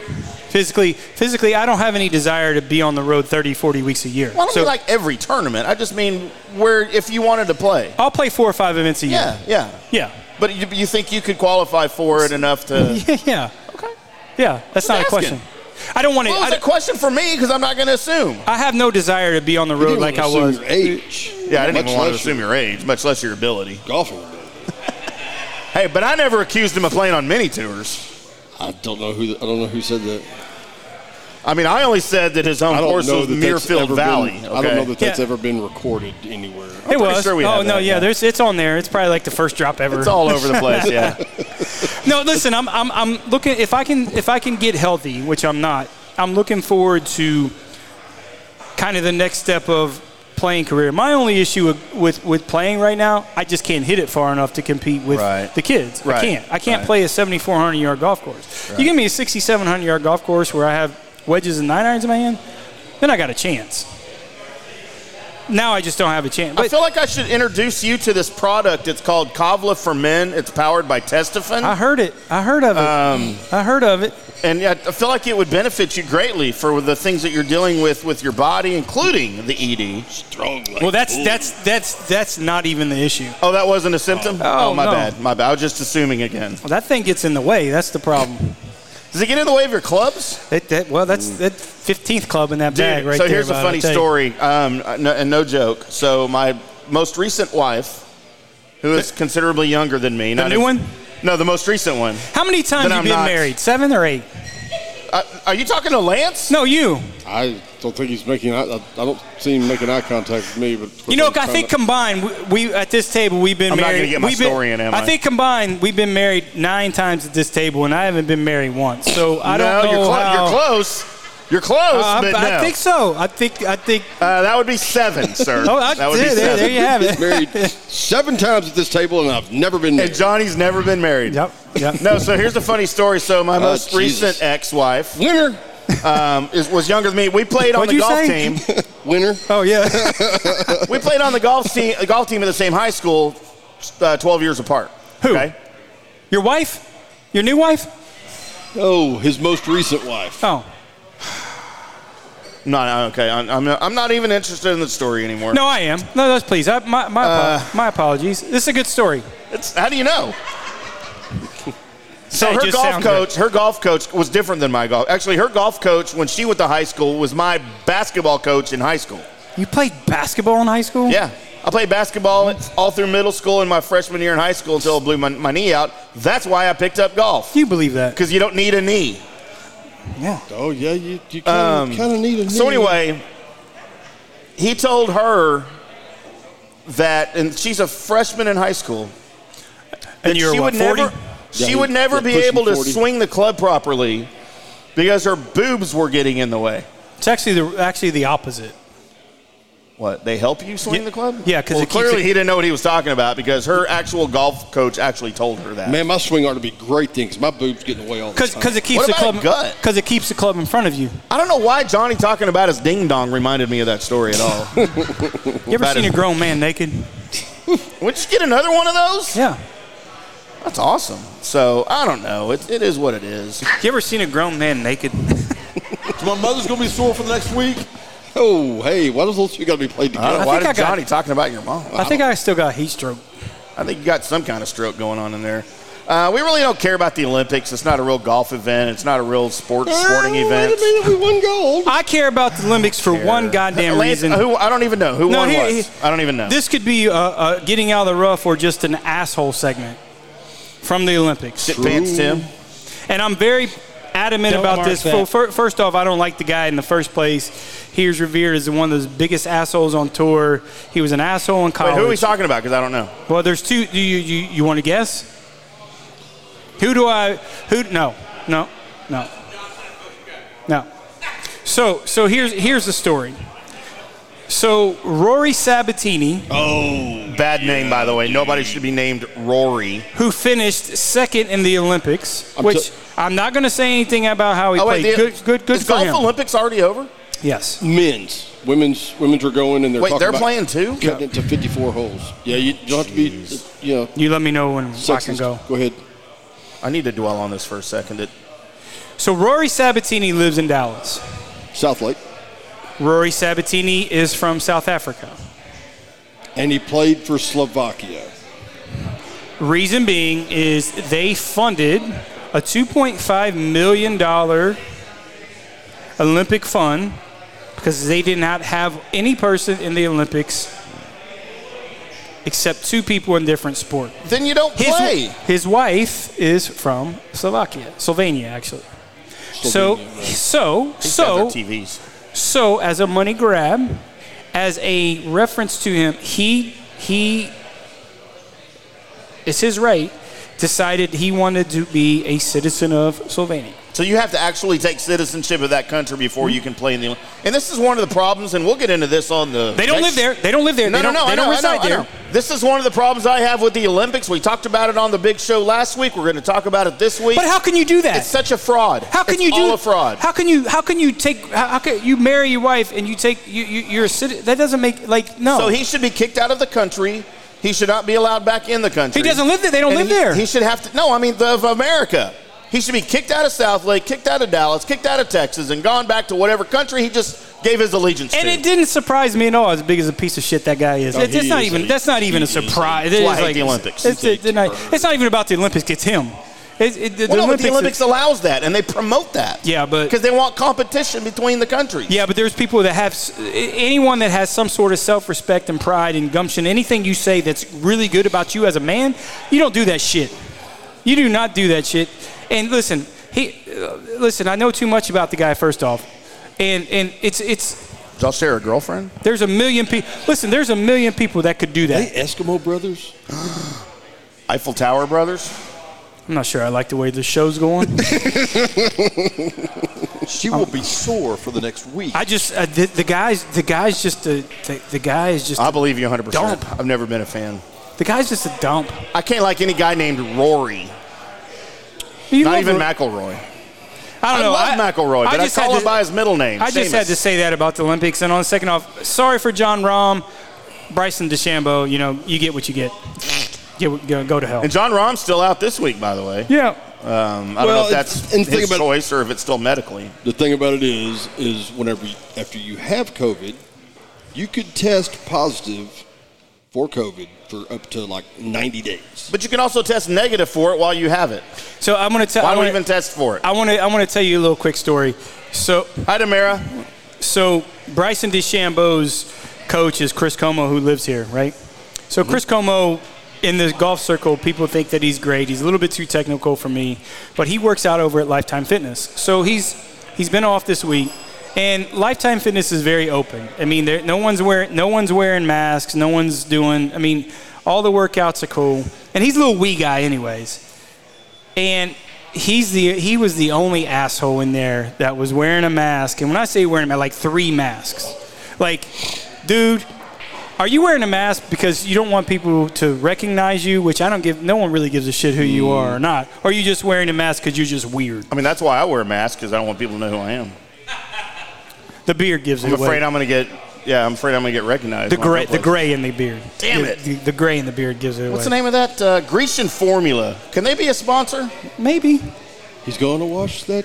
Speaker 2: Physically, physically, I don't have any desire to be on the road 30, 40 weeks a year.
Speaker 1: Well, I don't
Speaker 2: so
Speaker 1: mean like every tournament. I just mean where if you wanted to play.
Speaker 2: I'll play four or five events a year.
Speaker 1: Yeah, yeah.
Speaker 2: Yeah.
Speaker 1: But you, you think you could qualify for it enough to.
Speaker 2: Yeah. Yeah. Okay. Yeah. That's not a
Speaker 1: asking.
Speaker 2: question. I don't want to.
Speaker 1: Well, it was
Speaker 2: I,
Speaker 1: a question for me because I'm not going to assume.
Speaker 2: I have no desire to be on the road like I was.
Speaker 3: Your age.
Speaker 1: Yeah, I didn't
Speaker 3: Much
Speaker 1: even want to
Speaker 3: less
Speaker 1: assume your age, much less your ability.
Speaker 3: golfing. ability.
Speaker 1: Hey, but I never accused him of playing on mini tours.
Speaker 3: I don't know who. I don't know who said that.
Speaker 1: I mean, I only said that his home
Speaker 3: I don't
Speaker 1: course
Speaker 3: know
Speaker 1: was
Speaker 3: that that's
Speaker 1: Muirfield
Speaker 3: ever
Speaker 1: Valley.
Speaker 3: Been,
Speaker 1: okay?
Speaker 3: I don't know that that's
Speaker 2: Yeah.
Speaker 3: ever been recorded anywhere.
Speaker 2: it
Speaker 1: pretty
Speaker 2: was.
Speaker 1: sure we
Speaker 2: oh
Speaker 1: had
Speaker 2: no,
Speaker 1: that,
Speaker 2: yeah,
Speaker 1: yeah.
Speaker 2: there's it's on there. It's probably like the first drop ever.
Speaker 1: It's all over the place. Yeah.
Speaker 2: No, listen, I'm, I'm, I'm looking if I can if I can get healthy, which I'm not. I'm looking forward to kind of the next step of playing career. My only issue with, with, with playing right now, I just can't hit it far enough to compete with
Speaker 1: Right.
Speaker 2: the kids.
Speaker 1: Right.
Speaker 2: I can't. I can't
Speaker 1: Right.
Speaker 2: play a 7,400 yard golf course. You give me a 6,700 yard golf course where I have wedges and nine irons in my hand, then I got a chance. Now I just don't have a chance.
Speaker 1: I
Speaker 2: But
Speaker 1: feel like I should introduce you to this product. It's called Kavla for Men. It's powered by Testofen.
Speaker 2: I heard it. I heard of it.
Speaker 1: Um,
Speaker 2: I heard of it.
Speaker 1: And yeah, I feel like it would benefit you greatly for the things that you're dealing with with your body, including the E ED.
Speaker 3: Strong. Like
Speaker 2: Well, that's
Speaker 3: bull.
Speaker 2: that's that's that's not even the issue.
Speaker 1: Oh, that wasn't a symptom?
Speaker 2: Oh,
Speaker 1: my
Speaker 2: no.
Speaker 1: bad. My bad. I was just assuming again.
Speaker 2: Well, that thing gets in the way. That's the problem.
Speaker 1: Does it get in the way of your clubs?
Speaker 2: It, that, well, that's that 15th club in that bag
Speaker 1: Mm. Dude,
Speaker 2: right
Speaker 1: so
Speaker 2: there.
Speaker 1: here's
Speaker 2: bud,
Speaker 1: a
Speaker 2: I'll
Speaker 1: funny
Speaker 2: tell you.
Speaker 1: story, um, no, and no joke. So my most recent wife, who is considerably younger than me,
Speaker 2: The
Speaker 1: not
Speaker 2: new
Speaker 1: as-
Speaker 2: one?
Speaker 1: No, the most recent one.
Speaker 2: How many times
Speaker 1: Then
Speaker 2: have
Speaker 1: I'm
Speaker 2: you been
Speaker 1: not-
Speaker 2: married? Seven or eight?
Speaker 1: Uh, are you talking to Lance?
Speaker 2: No, you.
Speaker 3: I don't think he's making. eye- I, I don't see him making eye contact with me. But
Speaker 2: You know, I think combined, we, we at this table we've been
Speaker 1: I'm not
Speaker 2: married.
Speaker 1: gonna get my
Speaker 2: we've been-
Speaker 1: story in, am I?
Speaker 2: think combined we've been married nine times at this table, and I haven't been married once. So I don't
Speaker 1: No,
Speaker 2: know
Speaker 1: you're, clo-
Speaker 2: how.
Speaker 1: you're close. You're close,
Speaker 2: Uh, I,
Speaker 1: but
Speaker 2: I
Speaker 1: no.
Speaker 2: think so. I think I think.
Speaker 1: Uh, that would be seven, sir.
Speaker 2: Oh, I,
Speaker 1: that would
Speaker 2: there,
Speaker 1: be
Speaker 2: there,
Speaker 1: seven.
Speaker 2: there you have it.
Speaker 3: married seven times at this table, and I've never been
Speaker 1: And
Speaker 3: married.
Speaker 1: Johnny's never been married.
Speaker 2: Yep, yep.
Speaker 1: No, so here's a funny story. So my most
Speaker 3: Jesus.
Speaker 1: recent ex-wife
Speaker 3: winner,
Speaker 1: um, is, was younger than me. We played on
Speaker 2: What'd
Speaker 1: the
Speaker 2: you
Speaker 1: golf
Speaker 2: say?
Speaker 1: team.
Speaker 3: winner.
Speaker 2: Oh yeah.
Speaker 1: we played on the golf team, the golf team at the same high school, uh, 12 years apart.
Speaker 2: Who? Your wife? Your new wife?
Speaker 3: Oh, his most recent wife.
Speaker 2: Oh.
Speaker 1: No, no, okay. I'm, I'm, not, I'm not even interested in the story anymore.
Speaker 2: No, I am. No, that's please. I, my, my, apo-
Speaker 1: Uh.
Speaker 2: my apologies. This is a good story.
Speaker 1: It's, how do you know? So
Speaker 2: Hey,
Speaker 1: her
Speaker 2: just
Speaker 1: golf
Speaker 2: sound good.
Speaker 1: coach, her golf coach was different than my golf. Actually, her golf coach when she went to high school was my basketball coach in high school.
Speaker 2: You played basketball in high school?
Speaker 1: Yeah. I played basketball all through middle school and my freshman year in high school until I blew my, my knee out. That's why I picked up golf
Speaker 2: Do you believe that?
Speaker 1: because you don't need a knee.
Speaker 2: Yeah.
Speaker 3: Oh yeah, you you kind of need a.
Speaker 1: So anyway, he told her that, and she's a freshman in high school.
Speaker 2: And
Speaker 1: that
Speaker 2: you're
Speaker 1: she
Speaker 2: what,
Speaker 1: would
Speaker 2: 40?
Speaker 1: never, she
Speaker 3: Yeah, he-
Speaker 1: would never
Speaker 3: yeah,
Speaker 1: be
Speaker 3: pushing
Speaker 1: able to
Speaker 3: 40.
Speaker 1: swing the club properly because her boobs were getting in the way.
Speaker 2: It's actually the, actually the opposite.
Speaker 1: What? They help you swing
Speaker 2: Yeah,
Speaker 1: the club?
Speaker 2: yeah, 'cause
Speaker 1: well,
Speaker 2: it keeps
Speaker 1: clearly
Speaker 2: it-
Speaker 1: he didn't know what he was talking about because her actual golf coach actually told her that.
Speaker 3: man, my swing ought to be great thing 'cause my boobs get in the way all the time.
Speaker 2: Because it
Speaker 1: What
Speaker 2: keeps the
Speaker 1: about
Speaker 2: club
Speaker 1: gut?
Speaker 2: because it keeps the club in front of you.
Speaker 1: I don't know why Johnny talking about his ding dong reminded me of that story at all.
Speaker 2: You ever
Speaker 1: That
Speaker 2: seen
Speaker 1: is-
Speaker 2: a grown man naked?
Speaker 1: we just get another one of those.
Speaker 2: Yeah.
Speaker 1: That's awesome. So I don't know. It, it is what it is.
Speaker 2: You ever seen a grown man naked?
Speaker 5: My mother's gonna be sore for the next week.
Speaker 3: oh hey, why does those two got to be played
Speaker 1: I don't
Speaker 3: together?
Speaker 1: know.
Speaker 2: I
Speaker 1: Why
Speaker 2: think
Speaker 1: did
Speaker 2: I got-
Speaker 1: Johnny talking about your mom?
Speaker 2: I think I still got heat stroke.
Speaker 1: I think you got some kind of stroke going on in there. Uh, we really don't care about the Olympics. It's not a real golf event. It's not a real sports sporting
Speaker 3: oh,
Speaker 1: event.
Speaker 3: Wait a minute, we won gold.
Speaker 2: I care about the Olympics for one goddamn
Speaker 1: Lance-
Speaker 2: reason.
Speaker 1: Who, I don't even know who
Speaker 2: No,
Speaker 1: won
Speaker 2: he-
Speaker 1: what.
Speaker 2: he-
Speaker 1: I don't even know.
Speaker 2: This could be uh, uh, getting out of the rough or just an asshole segment from the Olympics.
Speaker 1: Shit pants Tim.
Speaker 2: And I'm very adamant
Speaker 6: Don't
Speaker 2: about
Speaker 6: mark
Speaker 2: this.
Speaker 6: that.
Speaker 2: Well, fir- First off, I don't like the guy in the first place. He is revered as one of those biggest assholes on tour. He was an asshole in
Speaker 1: Wait,
Speaker 2: college.
Speaker 1: who are we talking about? Because I don't know.
Speaker 2: well, there's two. Do you, you you want to guess? Who do I? Who? No, no, no, no. So so here's here's the story. So Rory Sabatini.
Speaker 1: Bad name, by the way. Nobody should be named Rory.
Speaker 2: who finished second in the Olympics,
Speaker 3: I'm
Speaker 2: which
Speaker 3: t-
Speaker 2: I'm not going to say anything about how he
Speaker 1: Oh, wait,
Speaker 2: played.
Speaker 1: the-
Speaker 2: good, good, good
Speaker 1: is
Speaker 2: for
Speaker 1: golf
Speaker 2: him.
Speaker 1: Olympics already over?
Speaker 2: yes.
Speaker 3: Men's, women's, women's are going and they're
Speaker 1: Wait,
Speaker 3: talking
Speaker 1: they're
Speaker 3: about
Speaker 1: playing too.
Speaker 3: cutting it to 54 holes. Yeah, you don't have to be. You know,
Speaker 2: You let me know when I can
Speaker 3: sexist.
Speaker 2: go.
Speaker 3: Go ahead.
Speaker 1: I need to dwell on this for a second. It,
Speaker 2: So Rory Sabatini lives in Dallas.
Speaker 3: South Lake.
Speaker 2: Rory Sabatini is from South Africa.
Speaker 3: And he played for Slovakia.
Speaker 2: Reason being is they funded a $2.5 million Olympic fun because they did not have any person in the Olympics except two people in different sport.
Speaker 1: Then you don't
Speaker 2: His,
Speaker 1: play.
Speaker 2: his wife is from Slovakia, Slovenia actually. So, so, so,
Speaker 1: TVs.
Speaker 2: so as a money grab, as a reference to him, he he it's his right decided he wanted to be a citizen of Slovenia.
Speaker 1: So you have to actually take citizenship of that country before you can play in the. And this is one of the problems, and we'll get into this on the.
Speaker 2: They don't
Speaker 1: next-
Speaker 2: live there. They don't live there.
Speaker 1: No,
Speaker 2: they
Speaker 1: no,
Speaker 2: don't,
Speaker 1: no.
Speaker 2: They
Speaker 1: I know,
Speaker 2: don't
Speaker 1: I know,
Speaker 2: reside
Speaker 1: I
Speaker 2: there.
Speaker 1: know. This is one of the problems I have with the Olympics. We talked about it on the big show last week. We're going to talk about it this week.
Speaker 2: But how can you do that?
Speaker 1: It's such a fraud.
Speaker 2: How can
Speaker 1: It's
Speaker 2: you do
Speaker 1: all a fraud?
Speaker 2: How can you how can you take how, how can you marry your wife and you take you, you you're a citizen that doesn't make like no
Speaker 1: So he should be kicked out of the country. He should not be allowed back in the country.
Speaker 2: He doesn't live there. They don't
Speaker 1: And
Speaker 2: live
Speaker 1: he-
Speaker 2: there.
Speaker 1: He should have to. No, I mean the, of America. He should be kicked out of South Lake, kicked out of Dallas, kicked out of Texas, and gone back to whatever country he just gave his allegiance
Speaker 2: and
Speaker 1: to.
Speaker 2: it didn't surprise me at all as big as a piece of shit that guy is.
Speaker 3: No,
Speaker 2: It-
Speaker 3: he
Speaker 2: it's not
Speaker 3: is
Speaker 2: even
Speaker 3: a-
Speaker 2: that's not even a surprise. It
Speaker 1: That's why I
Speaker 2: is
Speaker 1: hate
Speaker 2: like
Speaker 1: the Olympics.
Speaker 2: It's,
Speaker 1: He's a
Speaker 2: it's not, it's not even about the Olympics. It's him. It, it, the,
Speaker 1: Well, no, but
Speaker 2: Olympics
Speaker 1: the
Speaker 2: is-
Speaker 1: Olympics allows that, and they promote that.
Speaker 2: Yeah, but-
Speaker 1: because they want competition between the countries.
Speaker 2: Yeah, but there's people that have s- anyone that has some sort of self-respect and pride and gumption. Anything you say that's really good about you as a man, you don't do that shit. You do not do that shit. And listen, he uh, listen. I know too much about the guy. First off, and and it's it's
Speaker 1: Y'all share a girlfriend?
Speaker 2: there's a million people. Listen, there's a million people that could do
Speaker 3: Hey,
Speaker 2: that.
Speaker 3: Eskimo brothers.
Speaker 1: Eiffel Tower brothers?
Speaker 2: I'm not sure. I like the way the show's going.
Speaker 5: She
Speaker 3: Um,
Speaker 5: will be sore for the next week.
Speaker 2: I just uh, the, the guys the guys just a, the the guy is just
Speaker 1: I believe you 100%.
Speaker 2: Dump.
Speaker 1: I've never been a fan.
Speaker 2: the guy's just a dump.
Speaker 1: I can't like any guy named Rory.
Speaker 2: You
Speaker 1: Not
Speaker 2: love
Speaker 1: even
Speaker 2: Ro-
Speaker 1: McElroy.
Speaker 2: I
Speaker 1: I,
Speaker 2: don't know.
Speaker 1: love McElroy, but I,
Speaker 2: had
Speaker 1: call him
Speaker 2: to-
Speaker 1: by his middle name.
Speaker 2: I just had to
Speaker 1: Seamus.
Speaker 2: say that about the Olympics. And on second off, sorry for John Rahm, Bryson DeChambeau. You know, you get what you get. Get go, go to hell.
Speaker 1: And John Rahm's still out this week, by the way.
Speaker 2: Yeah.
Speaker 1: Um, I don't know
Speaker 3: Well,
Speaker 1: if that's
Speaker 3: and think
Speaker 1: his
Speaker 3: about-
Speaker 1: choice or if it's still medically.
Speaker 3: The thing about it is, is whenever you, after you have COVID, you could test positive for COVID for up to like 90 days.
Speaker 1: But you can also test negative for it while you have it.
Speaker 2: So I'm gonna tell.
Speaker 1: Why
Speaker 2: I
Speaker 1: don't
Speaker 2: wanna,
Speaker 1: even test for it?
Speaker 2: I want to. I want to tell you a little quick story. So
Speaker 1: Hi, Demara.
Speaker 2: so Bryson DeChambeau's coach is Chris Como, who lives here, right? So Chris Como, in the golf circle, people think that he's great. He's a little bit too technical for me, but he works out over at Lifetime Fitness. So he's he's been off this week, and Lifetime Fitness is very open. I mean, there, no one's wearing no one's wearing masks. No one's doing. I mean, all the workouts are cool, and he's a little wee guy, anyways and he's the he was the only asshole in there that was wearing a mask. And when I say wearing a mask, like three masks. Like, dude, are you wearing a mask because you don't want people to recognize you? Which I don't give. No one really gives a shit who you are or not. Or are you just wearing a mask because you're just weird?
Speaker 1: I mean, that's why I wear a mask because I don't want people to know who I am.
Speaker 2: The beard gives
Speaker 1: I'm
Speaker 2: it away.
Speaker 1: afraid I'm going to get. Yeah, I'm afraid I'm going to get recognized.
Speaker 2: the
Speaker 1: when I go
Speaker 2: gray, the
Speaker 1: places.
Speaker 2: gray in the beard.
Speaker 1: Damn
Speaker 2: The-
Speaker 1: it.
Speaker 2: The, the gray in the beard gives it away.
Speaker 1: What's the name of that uh, Grecian formula? Can they be a sponsor?
Speaker 2: Maybe.
Speaker 3: He's going to wash that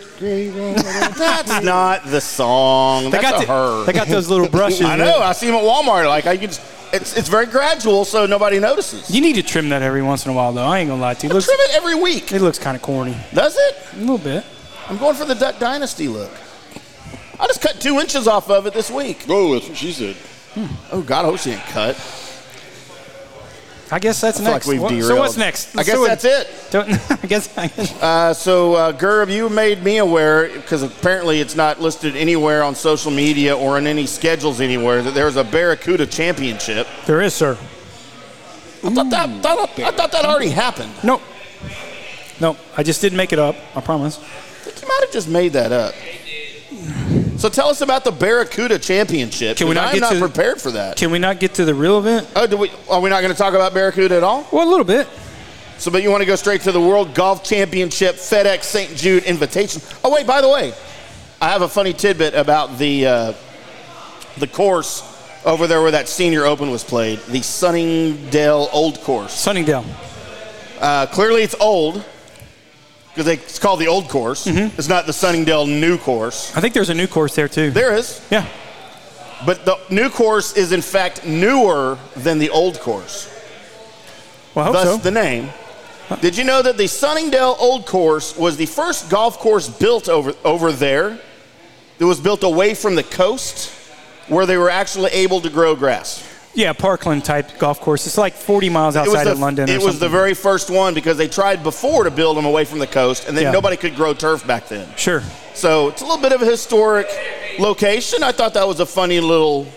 Speaker 3: gray.
Speaker 1: That's not the song.
Speaker 2: They
Speaker 1: That's
Speaker 2: got
Speaker 1: a
Speaker 2: the-
Speaker 1: her.
Speaker 2: They got those little brushes.
Speaker 1: I know. I see them at Walmart. Like I can just, it's it's very gradual, so nobody notices.
Speaker 2: You need to trim that every once in a while, though. I ain't gonna lie to you. It
Speaker 1: I
Speaker 2: looks,
Speaker 1: trim it every week.
Speaker 2: it looks kind of corny.
Speaker 1: Does it?
Speaker 2: A little bit.
Speaker 1: I'm going for the Duck Dynasty look. I just cut two inches off of it this week.
Speaker 3: Whoa, that's what she said.
Speaker 1: Oh God, I hope she didn't cut.
Speaker 2: I guess that's
Speaker 1: I feel
Speaker 2: next.
Speaker 1: like we've
Speaker 2: What-
Speaker 1: derailed.
Speaker 2: so what's next?
Speaker 1: I guess
Speaker 2: So
Speaker 1: that's it.
Speaker 2: Don't, I guess. I guess.
Speaker 1: Uh, so, uh, Gerb, you made me aware because apparently it's not listed anywhere on social media or in any schedules anywhere that there's a Barracuda Championship.
Speaker 2: There is, sir.
Speaker 1: I thought that, thought- I thought that already happened.
Speaker 2: No. No, I just didn't make it up. I promise.
Speaker 1: I think you might have just made that up. So tell us about the Barracuda Championship.
Speaker 2: Can we
Speaker 1: 'cause
Speaker 2: not
Speaker 1: I'm
Speaker 2: get
Speaker 1: not
Speaker 2: to-
Speaker 1: prepared for that.
Speaker 2: Can we not get to the real event?
Speaker 1: Oh, do we, are we not going to talk about Barracuda at all?
Speaker 2: Well, a little bit.
Speaker 1: So, but you want to go straight to the World Golf Championship FedEx St. Jude Invitation. Oh, wait, by the way, I have a funny tidbit about the uh, the course over there where that Senior Open was played, the Sunningdale Old Course.
Speaker 2: Sunningdale.
Speaker 1: Uh, clearly, it's old because it's called the Old Course. It's not the Sunningdale New Course.
Speaker 2: I think there's a new course there too.
Speaker 1: There is,
Speaker 2: yeah.
Speaker 1: but the new course is in fact newer than the old course.
Speaker 2: Well, I hope
Speaker 1: thus
Speaker 2: so.
Speaker 1: the name. Did you know that the Sunningdale Old Course was the first golf course built over, over there that was built away from the coast where they were actually able to grow grass.
Speaker 2: Yeah, Parkland type golf course. It's like 40 miles
Speaker 1: It was
Speaker 2: outside
Speaker 1: the-
Speaker 2: of London. or
Speaker 1: It was the
Speaker 2: something.
Speaker 1: very first one because they tried before to build them away from the coast, and then
Speaker 2: Yeah.
Speaker 1: nobody could grow turf back then.
Speaker 2: sure.
Speaker 1: So it's a little bit of a historic location. I thought that was a funny little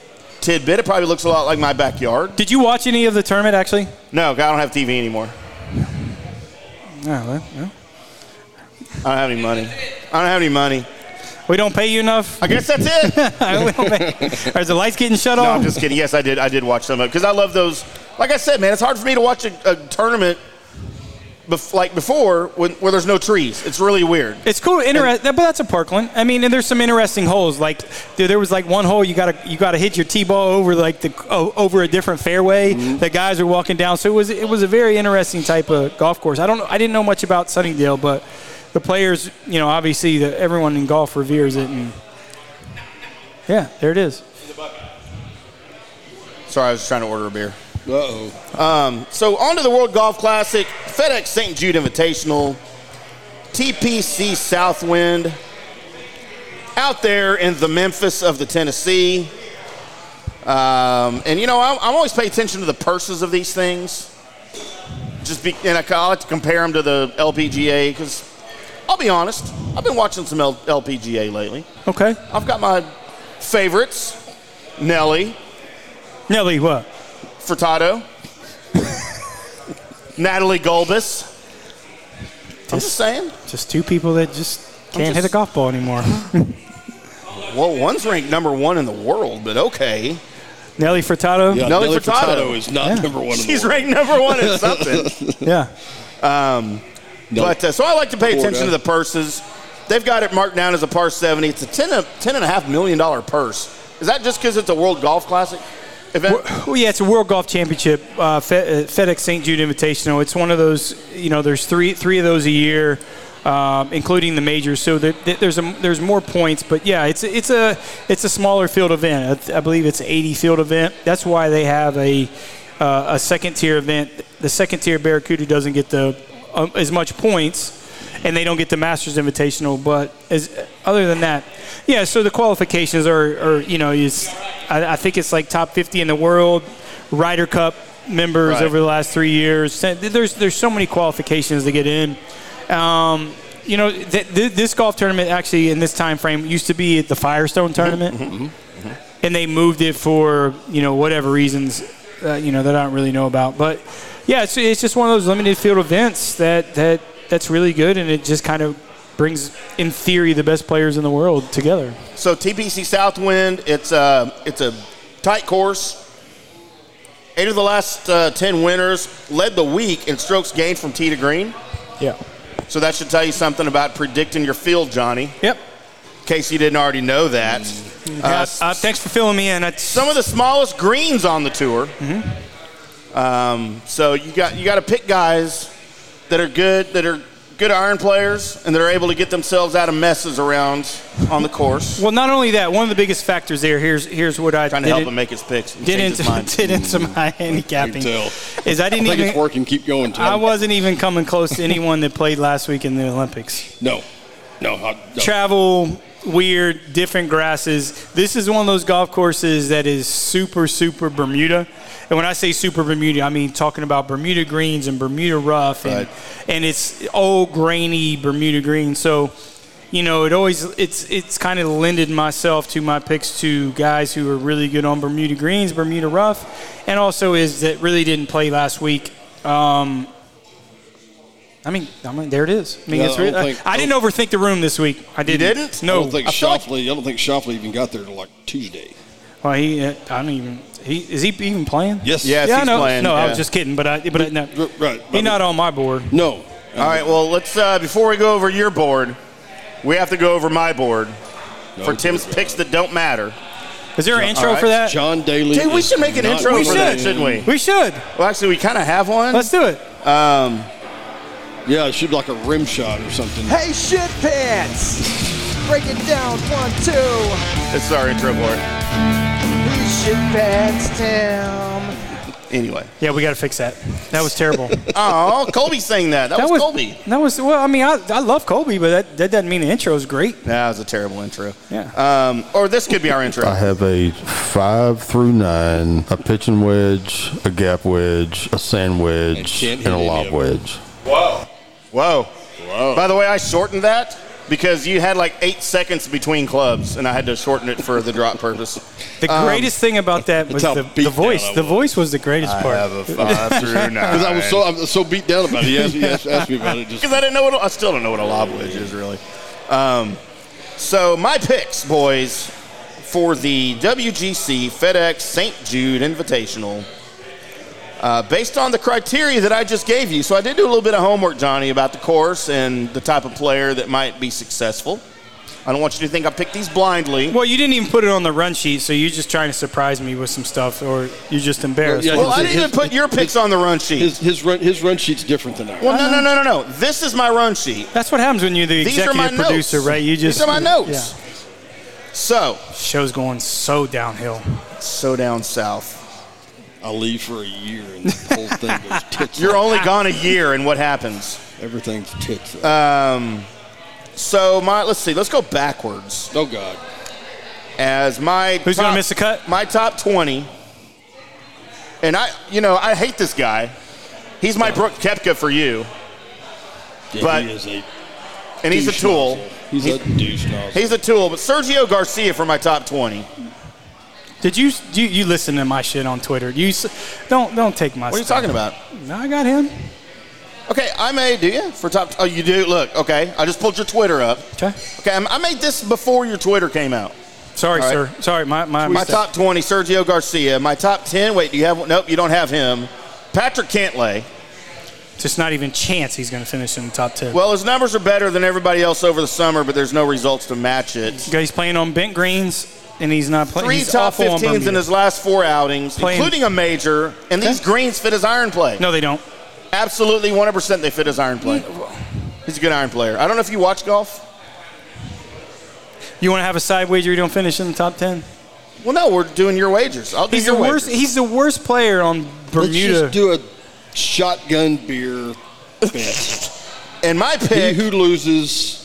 Speaker 1: tidbit. It probably looks a lot like my backyard.
Speaker 2: Did you watch any of the tournament actually?
Speaker 1: No, I don't have TV anymore.
Speaker 2: No, Ah, well, no.
Speaker 1: I don't have any money. I don't have any money.
Speaker 2: We don't pay you enough.
Speaker 1: I guess that's it. no,
Speaker 2: We don't pay- Are the lights getting shut off?
Speaker 1: I'm just kidding. Yes, I did. I did watch some of it because I love those. Like I said, man, it's hard for me to watch a, a tournament bef- like before when, where there's no trees. It's really weird.
Speaker 2: It's cool, interest, but that's a Parkland. I mean, and there's some interesting holes. Like there, there was like one hole you got to you got to hit your tee ball over like the o- over a different fairway. The guys are walking down, so it was it was a very interesting type of golf course. I don't know, I didn't know much about Sunningdale, but the players, you know, obviously the, everyone in golf reveres it, and yeah, there it is.
Speaker 1: Sorry, I was just trying to order a beer.
Speaker 3: Uh-oh.
Speaker 1: So on to the World Golf Classic, FedEx St. Jude Invitational, TPC Southwind, out there in the Memphis of the Tennessee. Um, and you know, I, I always pay attention to the purses of these things. Just be, and I, I like to compare them to the LPGA because I'll be honest, I've been watching some L, LPGA lately.
Speaker 2: Okay,
Speaker 1: I've got my favorites, Nelly,
Speaker 2: Nelly, what?
Speaker 1: Furtado, Natalie Golbus. I'm just saying.
Speaker 2: Just two people that just can't hit
Speaker 1: just-
Speaker 2: a golf ball anymore.
Speaker 1: Well, one's ranked number one in the world, but okay.
Speaker 2: Nelly Furtado,
Speaker 3: Yeah,
Speaker 1: Nelly
Speaker 3: Nelly
Speaker 1: Furtado.
Speaker 3: Furtado is not
Speaker 2: Yeah.
Speaker 3: number one. in the
Speaker 1: She's
Speaker 3: world.
Speaker 1: ranked number one in something.
Speaker 2: yeah.
Speaker 3: Nelly.
Speaker 1: but uh, so I like to pay
Speaker 3: Florida.
Speaker 1: attention to the purses. They've got it marked down as a par 70. It's a 10 of, ten and a half million dollar purse. Is that just because it's a World Golf Classic event?
Speaker 2: Well, yeah, it's a World Golf Championship, uh, Fe- uh, FedEx St. Jude Invitational. It's one of those, you know, there's three three of those a year, um, including the majors. So there, there- there's a, there's more points, but yeah, it's it's a it's a smaller field event. I, th- I believe it's 80 field event. That's why they have a uh, a second tier event. The second tier Barracuda doesn't get the um, as much points and they don't get the Masters Invitational. But as other than that, yeah. So the qualifications are, are you know, is I, I think it's like top 50 in the world, Ryder Cup members
Speaker 1: Right.
Speaker 2: over the last three years. So There's there's so many qualifications to get in. Um, you know, th- th- this golf tournament actually in this time frame used to be at the Firestone tournament, and they moved it for you know whatever reasons, uh, you know that I don't really know about. But yeah, it's, it's just one of those limited field events that that that's really good, and it just kind of brings, in theory, the best players in the world together.
Speaker 1: So TPC Southwind, it's a it's a tight course. Eight of the last uh, ten winners led the week in strokes gained from tee to green.
Speaker 2: Yeah.
Speaker 1: So that should tell you something about predicting your field, Johnny.
Speaker 2: Yep.
Speaker 1: In case you didn't already know that. Uh,
Speaker 2: Uh, uh, thanks for filling me in. That's,
Speaker 1: some of the smallest greens on the tour. Um, so you got you got to pick guys that are good that are good iron players and that are able to get themselves out of messes around on the course.
Speaker 2: well, not only that, one of the biggest factors there. Here's here's what I
Speaker 1: Trying to
Speaker 2: did
Speaker 1: help
Speaker 2: it-
Speaker 1: him make his picks. and
Speaker 2: did
Speaker 1: change his mind.
Speaker 2: into, did into my handicapping
Speaker 3: tell.
Speaker 2: is I
Speaker 3: I
Speaker 2: didn't
Speaker 3: think it's
Speaker 2: even
Speaker 3: working. Keep going, Tim.
Speaker 2: I wasn't even coming close to anyone that played last week in the Olympics.
Speaker 3: No. No. I, no.
Speaker 2: travel weird different grasses this is one of those golf courses that is super super bermuda and when i say super bermuda i mean talking about bermuda greens and bermuda rough and,
Speaker 1: Right.
Speaker 2: and it's old grainy bermuda green so you know it always it's it's kind of lended myself to my picks to guys who are really good on bermuda greens bermuda rough and also is that really didn't play last week um, I mean, I mean, there it is. I mean,
Speaker 3: Yeah,
Speaker 2: it's
Speaker 3: I don't
Speaker 2: really, I,
Speaker 3: think-
Speaker 2: I didn't overthink the room this week. I didn't.
Speaker 1: didn't?
Speaker 2: No.
Speaker 3: I don't think
Speaker 1: I feel like-
Speaker 3: Shoffley. I don't think Shoffley even got there till like Tuesday.
Speaker 2: well, he. uh, I don't even. He is he even playing?
Speaker 3: Yes.
Speaker 1: Yes.
Speaker 2: Yeah,
Speaker 1: he's
Speaker 2: no,
Speaker 1: playing,
Speaker 2: no. I
Speaker 1: yeah.
Speaker 2: was just kidding, but I. But I, no.
Speaker 3: R- Right. I
Speaker 2: He's
Speaker 3: mean,
Speaker 2: not on my board.
Speaker 3: No.
Speaker 1: All right. Well, let's uh, before we go over your board, we have to go over my board
Speaker 3: No,
Speaker 1: for Tim's
Speaker 3: dear
Speaker 1: picks that don't matter.
Speaker 2: Is there an intro
Speaker 1: all right.
Speaker 2: for
Speaker 3: God.
Speaker 2: that?
Speaker 3: John Daly.
Speaker 1: Dude, we
Speaker 3: is
Speaker 1: should make an
Speaker 3: not
Speaker 1: intro
Speaker 2: We
Speaker 1: for
Speaker 2: should.
Speaker 1: that,
Speaker 3: winning.
Speaker 1: shouldn't we?
Speaker 2: We should.
Speaker 1: Well, actually, we kind of have one.
Speaker 2: Let's do it.
Speaker 1: um,
Speaker 3: Yeah, it should be like a rim shot or something.
Speaker 6: Hey, shit pants! Break it down, one, two.
Speaker 1: this is our intro board.
Speaker 6: He's shit pants, Tim.
Speaker 1: Anyway.
Speaker 2: Yeah, we got to fix that. That was terrible. that,
Speaker 1: Oh, Colby sang that. That, was, Colby.
Speaker 2: That was well. I mean, I, I love Colby, but that, that doesn't mean the intro is great.
Speaker 1: That was a terrible intro.
Speaker 2: Yeah.
Speaker 1: Um, or this could be our intro.
Speaker 7: I have a five through nine, a pitching wedge, a gap wedge, a sand
Speaker 3: And
Speaker 7: wedge,
Speaker 3: can't
Speaker 7: and,
Speaker 3: hit
Speaker 7: a
Speaker 3: any
Speaker 7: lob
Speaker 3: of them.
Speaker 7: wedge.
Speaker 1: Whoa. Whoa. By the way, I shortened that because you had like eight seconds between clubs, and I had to shorten it for the drop purpose.
Speaker 2: The
Speaker 1: uh, um,
Speaker 2: greatest thing about that was
Speaker 3: how
Speaker 2: the,
Speaker 3: beat
Speaker 2: the
Speaker 3: down
Speaker 2: voice.
Speaker 3: I
Speaker 2: The
Speaker 3: was.
Speaker 2: voice was the greatest part.
Speaker 1: a five through nine.
Speaker 3: Because I was so I was so beat down about it. He asked, he asked, asked me about it. Just
Speaker 1: Because I didn't know what I still don't know what a lob wedge is really. Um, so my picks, boys, for the WGC FedEx St. Jude Invitational, uh, based on the criteria that I just gave you. So I did do a little bit of homework, Johnny, about the course and the type of player that might be successful. I don't want you to think I picked these blindly.
Speaker 2: Well, you didn't even put it on the run sheet, so you're just trying to surprise me with some stuff, or you're just embarrassed.
Speaker 3: Well,
Speaker 1: Well, I
Speaker 3: his-
Speaker 1: didn't even
Speaker 3: his-
Speaker 1: put your picks on the run sheet.
Speaker 3: his his run his run sheet's different than ours.
Speaker 1: Well, no, no,
Speaker 2: Um,
Speaker 1: no, no, no. This is my run sheet.
Speaker 2: That's what happens when you're the
Speaker 1: These are
Speaker 2: executive
Speaker 1: my
Speaker 2: producer,
Speaker 1: notes.
Speaker 2: right? You just
Speaker 1: These are my notes. So,
Speaker 2: Yeah. Show's going so downhill.
Speaker 1: so down south.
Speaker 3: I leave for a year and the whole thing goes tits.
Speaker 1: You're
Speaker 3: up.
Speaker 1: only gone a year, and what happens?
Speaker 3: Everything's tits. up.
Speaker 1: Um, so my let's see, let's go backwards.
Speaker 3: oh God.
Speaker 1: As my
Speaker 2: Who's gonna miss the cut?
Speaker 1: My top twenty, and I, you know, I hate this guy. He's my Brooke Kepka for you,
Speaker 3: Yeah,
Speaker 1: But-
Speaker 3: he is a
Speaker 1: and he's a
Speaker 3: douche
Speaker 1: tool.
Speaker 3: nozzle. He's, a douche nozzle.
Speaker 1: He's a tool, but Sergio Garcia for my top twenty.
Speaker 2: Did you, you you listen to my shit on Twitter? You s- don't don't take my.
Speaker 1: What are you talking about?
Speaker 2: No, I got him.
Speaker 1: Okay, I made do you for top? Oh, you do. Look, okay, I just pulled your Twitter up.
Speaker 2: Okay.
Speaker 1: Okay, I'm- I made this before your Twitter came out.
Speaker 2: Sorry,
Speaker 1: All
Speaker 2: sir.
Speaker 1: right.
Speaker 2: Sorry, my my,
Speaker 1: My
Speaker 2: mistake.
Speaker 1: top 20, Sergio Garcia. My top 10, wait, do you have one? Nope, you don't have him. Patrick Cantlay.
Speaker 2: Just not even chance he's going to finish in the top ten.
Speaker 1: Well, his numbers are better than everybody else over the summer, but there's no results to match it.
Speaker 2: Okay, he's playing on bent greens, and he's not playing.
Speaker 1: Three
Speaker 2: he's
Speaker 1: top
Speaker 2: awful on
Speaker 1: 15s in
Speaker 2: Bermuda.
Speaker 1: his last four outings,
Speaker 2: Playing-
Speaker 1: including a major, and these greens fit his iron play.
Speaker 2: No, they don't.
Speaker 1: Absolutely 100% they fit his iron play. He's a good iron player. I don't know if you watch golf.
Speaker 2: You want to have a side wager? You don't finish in the top ten.
Speaker 1: Well, no, we're doing your wagers. I'll do
Speaker 2: He's the
Speaker 1: your
Speaker 2: worst.
Speaker 1: wagers.
Speaker 2: He's the worst player on
Speaker 3: Let's
Speaker 2: Bermuda.
Speaker 3: just do a shotgun beer bet.
Speaker 1: And my
Speaker 3: he
Speaker 1: pick,
Speaker 3: who loses,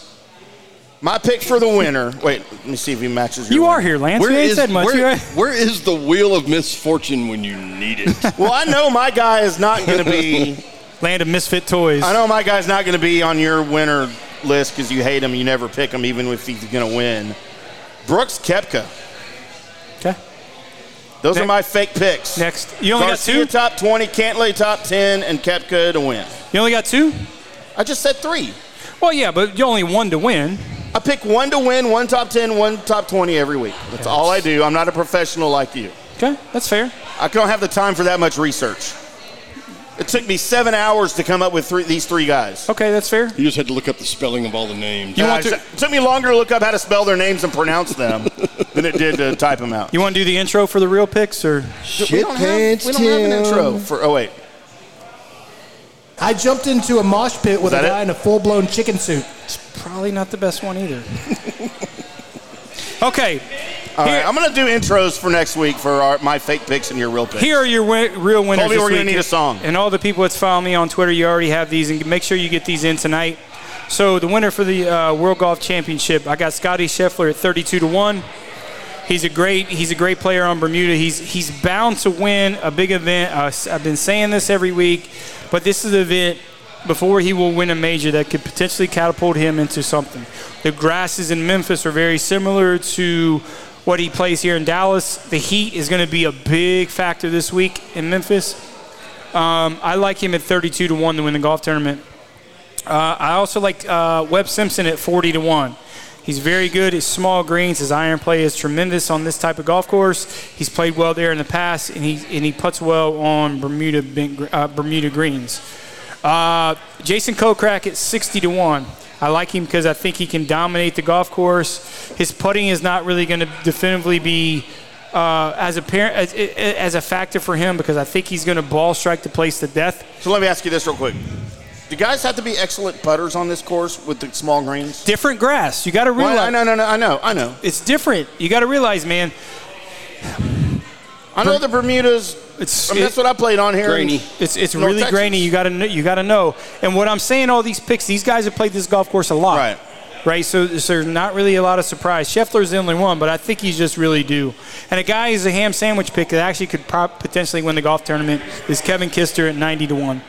Speaker 1: my pick for the winner. Wait, let me see if he matches. Your
Speaker 2: You are
Speaker 1: winner.
Speaker 2: here, Lance.
Speaker 3: where
Speaker 2: you ain't
Speaker 3: is-
Speaker 2: said much. You
Speaker 3: where-
Speaker 2: ain't-
Speaker 3: where is the wheel of misfortune when you need it?
Speaker 1: Well, I know my guy is not going to be.
Speaker 2: Land of misfit toys.
Speaker 1: I know my guy's not going to be on your winner list because you hate him. You never pick him, even if he's going to win. Brooks Kepka.
Speaker 2: Okay.
Speaker 1: Those
Speaker 2: Ne-
Speaker 1: are my fake picks.
Speaker 2: Next. You only
Speaker 1: Garcia top
Speaker 2: got two.
Speaker 1: 20, Cantley top 10, and Kepka to win.
Speaker 2: You only got two.
Speaker 1: I just said three.
Speaker 2: Well, yeah, but you only one to win.
Speaker 1: I pick one to win, one top 10, one top 20 every week. That's all I do. I'm not a professional like you.
Speaker 2: Okay, that's fair.
Speaker 1: I don't have the time for that much research. It took me seven hours to come up with three, these three guys.
Speaker 2: Okay, that's fair.
Speaker 3: You just had to look up the spelling of all the names.
Speaker 2: You
Speaker 1: Uh,
Speaker 2: want to?
Speaker 1: it took me longer to look up how to spell their names and pronounce them than it did to type them out.
Speaker 2: You want to do the intro for the real picks, or
Speaker 1: we don't, have, we don't have an intro for. Oh wait,
Speaker 8: I jumped into a mosh pit with
Speaker 1: Is
Speaker 8: a
Speaker 1: that
Speaker 8: guy
Speaker 1: it?
Speaker 8: in a full blown chicken suit.
Speaker 2: probably not the best one either. okay.
Speaker 1: all
Speaker 2: Here-
Speaker 1: right, I'm gonna do intros for next week for our, my fake picks and your real picks.
Speaker 2: Here are your win- real winners.
Speaker 1: Colby,
Speaker 2: this
Speaker 1: we're gonna
Speaker 2: week.
Speaker 1: need a song.
Speaker 2: And all the people that's following me on Twitter, you already have these, and make sure you get these in tonight. So the winner for the uh, World Golf Championship, I got Scotty Scheffler at 32 to one. He's a great he's a great player on Bermuda. He's he's bound to win a big event. Uh, s- I've been saying this every week, but this is the event before he will win a major that could potentially catapult him into something. The grasses in Memphis are very similar to what he plays here in Dallas. The heat is going to be a big factor this week in Memphis. Um, I like him at 32 to 1 to win the golf tournament. Uh, I also like uh, Webb Simpson at 40 to 1. He's very good. His small greens, his iron play is tremendous on this type of golf course. He's played well there in the past, and he and he puts well on Bermuda bent gr- uh, Bermuda greens. Uh, Jason Kokrak at 60 to 1. I like him because I think he can dominate the golf course. His putting is not really going to definitively be uh, as apparent as, as a factor for him because I think he's going to ball strike the place to death.
Speaker 1: So let me ask you this real quick: Do guys have to be excellent putters on this course with the small greens?
Speaker 2: Different grass. You got to realize.
Speaker 1: Well, I know, no, no, I know, I know.
Speaker 2: it's different. You got to realize, man.
Speaker 1: I know the Bermudas.
Speaker 2: It's
Speaker 1: I mean,
Speaker 2: it-
Speaker 1: that's what I played on here.
Speaker 3: Grainy.
Speaker 2: It's it's
Speaker 1: North
Speaker 2: really
Speaker 1: Texas.
Speaker 2: grainy. You gotta kn- you gotta know. And what I'm saying, all these picks, these guys have played this golf course a lot,
Speaker 5: Right.
Speaker 2: Right. So, so there's not really a lot of surprise. Scheffler's the only one, but I think he's just really due. And a guy who's a ham sandwich pick that actually could prob- potentially win the golf tournament is Kevin Kister at 90 to one.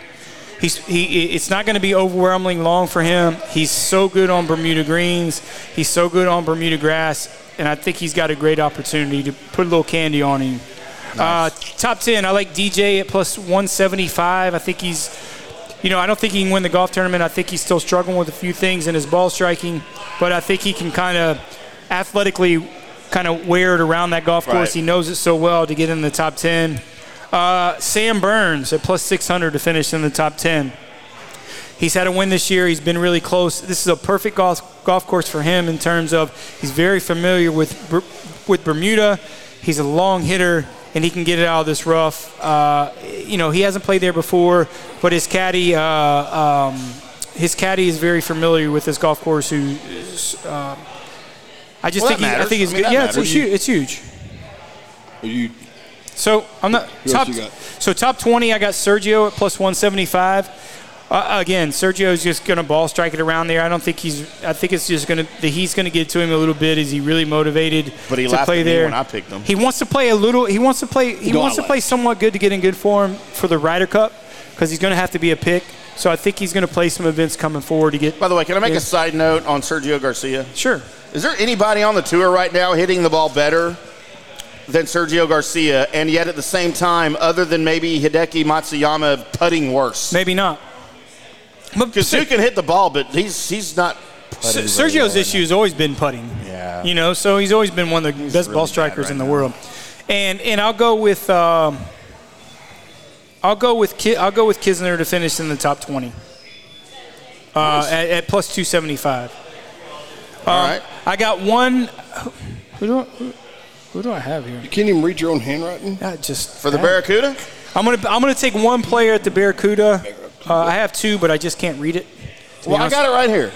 Speaker 2: He's, he, it's not going to be overwhelmingly long for him. He's so good on Bermuda greens. He's so good on Bermuda grass, and I think he's got a great opportunity to put a little candy on him. Uh, top 10, I like DJ at plus 175. I think he's, you know, I don't think he can win the golf tournament. I think he's still struggling with a few things in his ball striking, but I think he can kind of athletically kind of wear it around that golf course.
Speaker 5: Right.
Speaker 2: He knows it so well to get in the top 10. Uh, Sam Burns at plus 600 to finish in the top 10. He's had a win this year. He's been really close. This is a perfect golf, golf course for him in terms of he's very familiar with Ber- with Bermuda. He's a long hitter and he can get it out of this rough. Uh, you know, he hasn't played there before, but his caddy uh, um, his caddy is very familiar with this golf course. Who is, uh, I just
Speaker 5: Well,
Speaker 2: think
Speaker 5: that
Speaker 2: he, I
Speaker 5: matters.
Speaker 2: think he's
Speaker 5: I mean,
Speaker 2: good.
Speaker 5: that
Speaker 2: Yeah, it's,
Speaker 5: matters.
Speaker 2: it's huge. It's huge.
Speaker 3: Are you
Speaker 2: So I'm not
Speaker 3: Who
Speaker 2: top.
Speaker 3: else you got?
Speaker 2: So top 20, I got Sergio at plus 175. Uh, again, Sergio's just going to ball strike it around there. I don't think he's. I think it's just going to. He's going to get to him a little bit. Is he really motivated
Speaker 1: But he
Speaker 2: to
Speaker 1: laughed
Speaker 2: play
Speaker 1: at me
Speaker 2: there?
Speaker 1: when I picked him.
Speaker 2: He wants to play a little. He wants to play. He
Speaker 3: No, I
Speaker 2: wants to
Speaker 3: laughed.
Speaker 2: play somewhat good to get in good form for the Ryder Cup because he's going to have to be a pick. So I think he's going to play some events coming forward to get.
Speaker 1: By the way, can I make
Speaker 2: Yeah.
Speaker 1: a side note on Sergio Garcia?
Speaker 2: Sure.
Speaker 1: Is there anybody on the tour right now hitting the ball better than Sergio Garcia, and yet at the same time, other than maybe Hideki Matsuyama putting worse?
Speaker 2: Maybe not. But
Speaker 1: Because who can hit the ball, but he's he's not.
Speaker 2: Ser- Sergio's issue has always been putting.
Speaker 1: Yeah.
Speaker 2: You know, so he's always been one of the best ball strikers in the world. And and I'll go with um, I'll go with Ki- I'll go with Kisner to finish in the top twenty. Uh, at, at plus two seventy five.
Speaker 1: All
Speaker 3: Um,
Speaker 1: right.
Speaker 2: I got one. Who do I, who, who do I have here?
Speaker 3: you can't even read your own handwriting?
Speaker 2: Not just
Speaker 1: For the Barracuda?
Speaker 2: I'm gonna I'm gonna take one player at the Barracuda. Uh, I have two, but I just can't read it. to be
Speaker 1: Well, I
Speaker 2: honest.
Speaker 1: got it right here.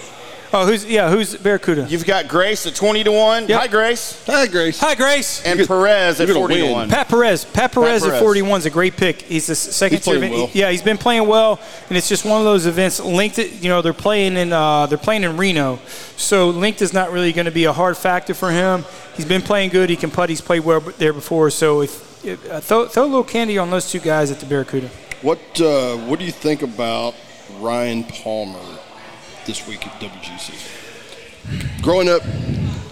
Speaker 2: Oh, who's yeah? Who's Barracuda?
Speaker 1: You've got Grace at 20 to 1.
Speaker 2: Yep.
Speaker 1: Hi, Grace.
Speaker 3: Hi, Grace.
Speaker 2: Hi, Grace.
Speaker 1: And Perez at
Speaker 3: you're gonna
Speaker 1: 40 to
Speaker 3: win.
Speaker 1: 1.
Speaker 2: Pat Perez. Pat Perez,
Speaker 1: Perez.
Speaker 2: at 41 is a great pick. He's the s- second
Speaker 3: He's playing
Speaker 2: tier-
Speaker 3: well.
Speaker 2: Yeah, he's been playing well, and it's just one of those events. Linked, you know, they're playing in uh, they're playing in Reno, so linked is not really going to be a hard factor for him. He's been playing good. He can putt. He's played well b- there before. So if, if uh, throw, throw a little candy on those two guys at the Barracuda.
Speaker 3: What uh, What do you think about Ryan Palmer this week at WGC? Growing up,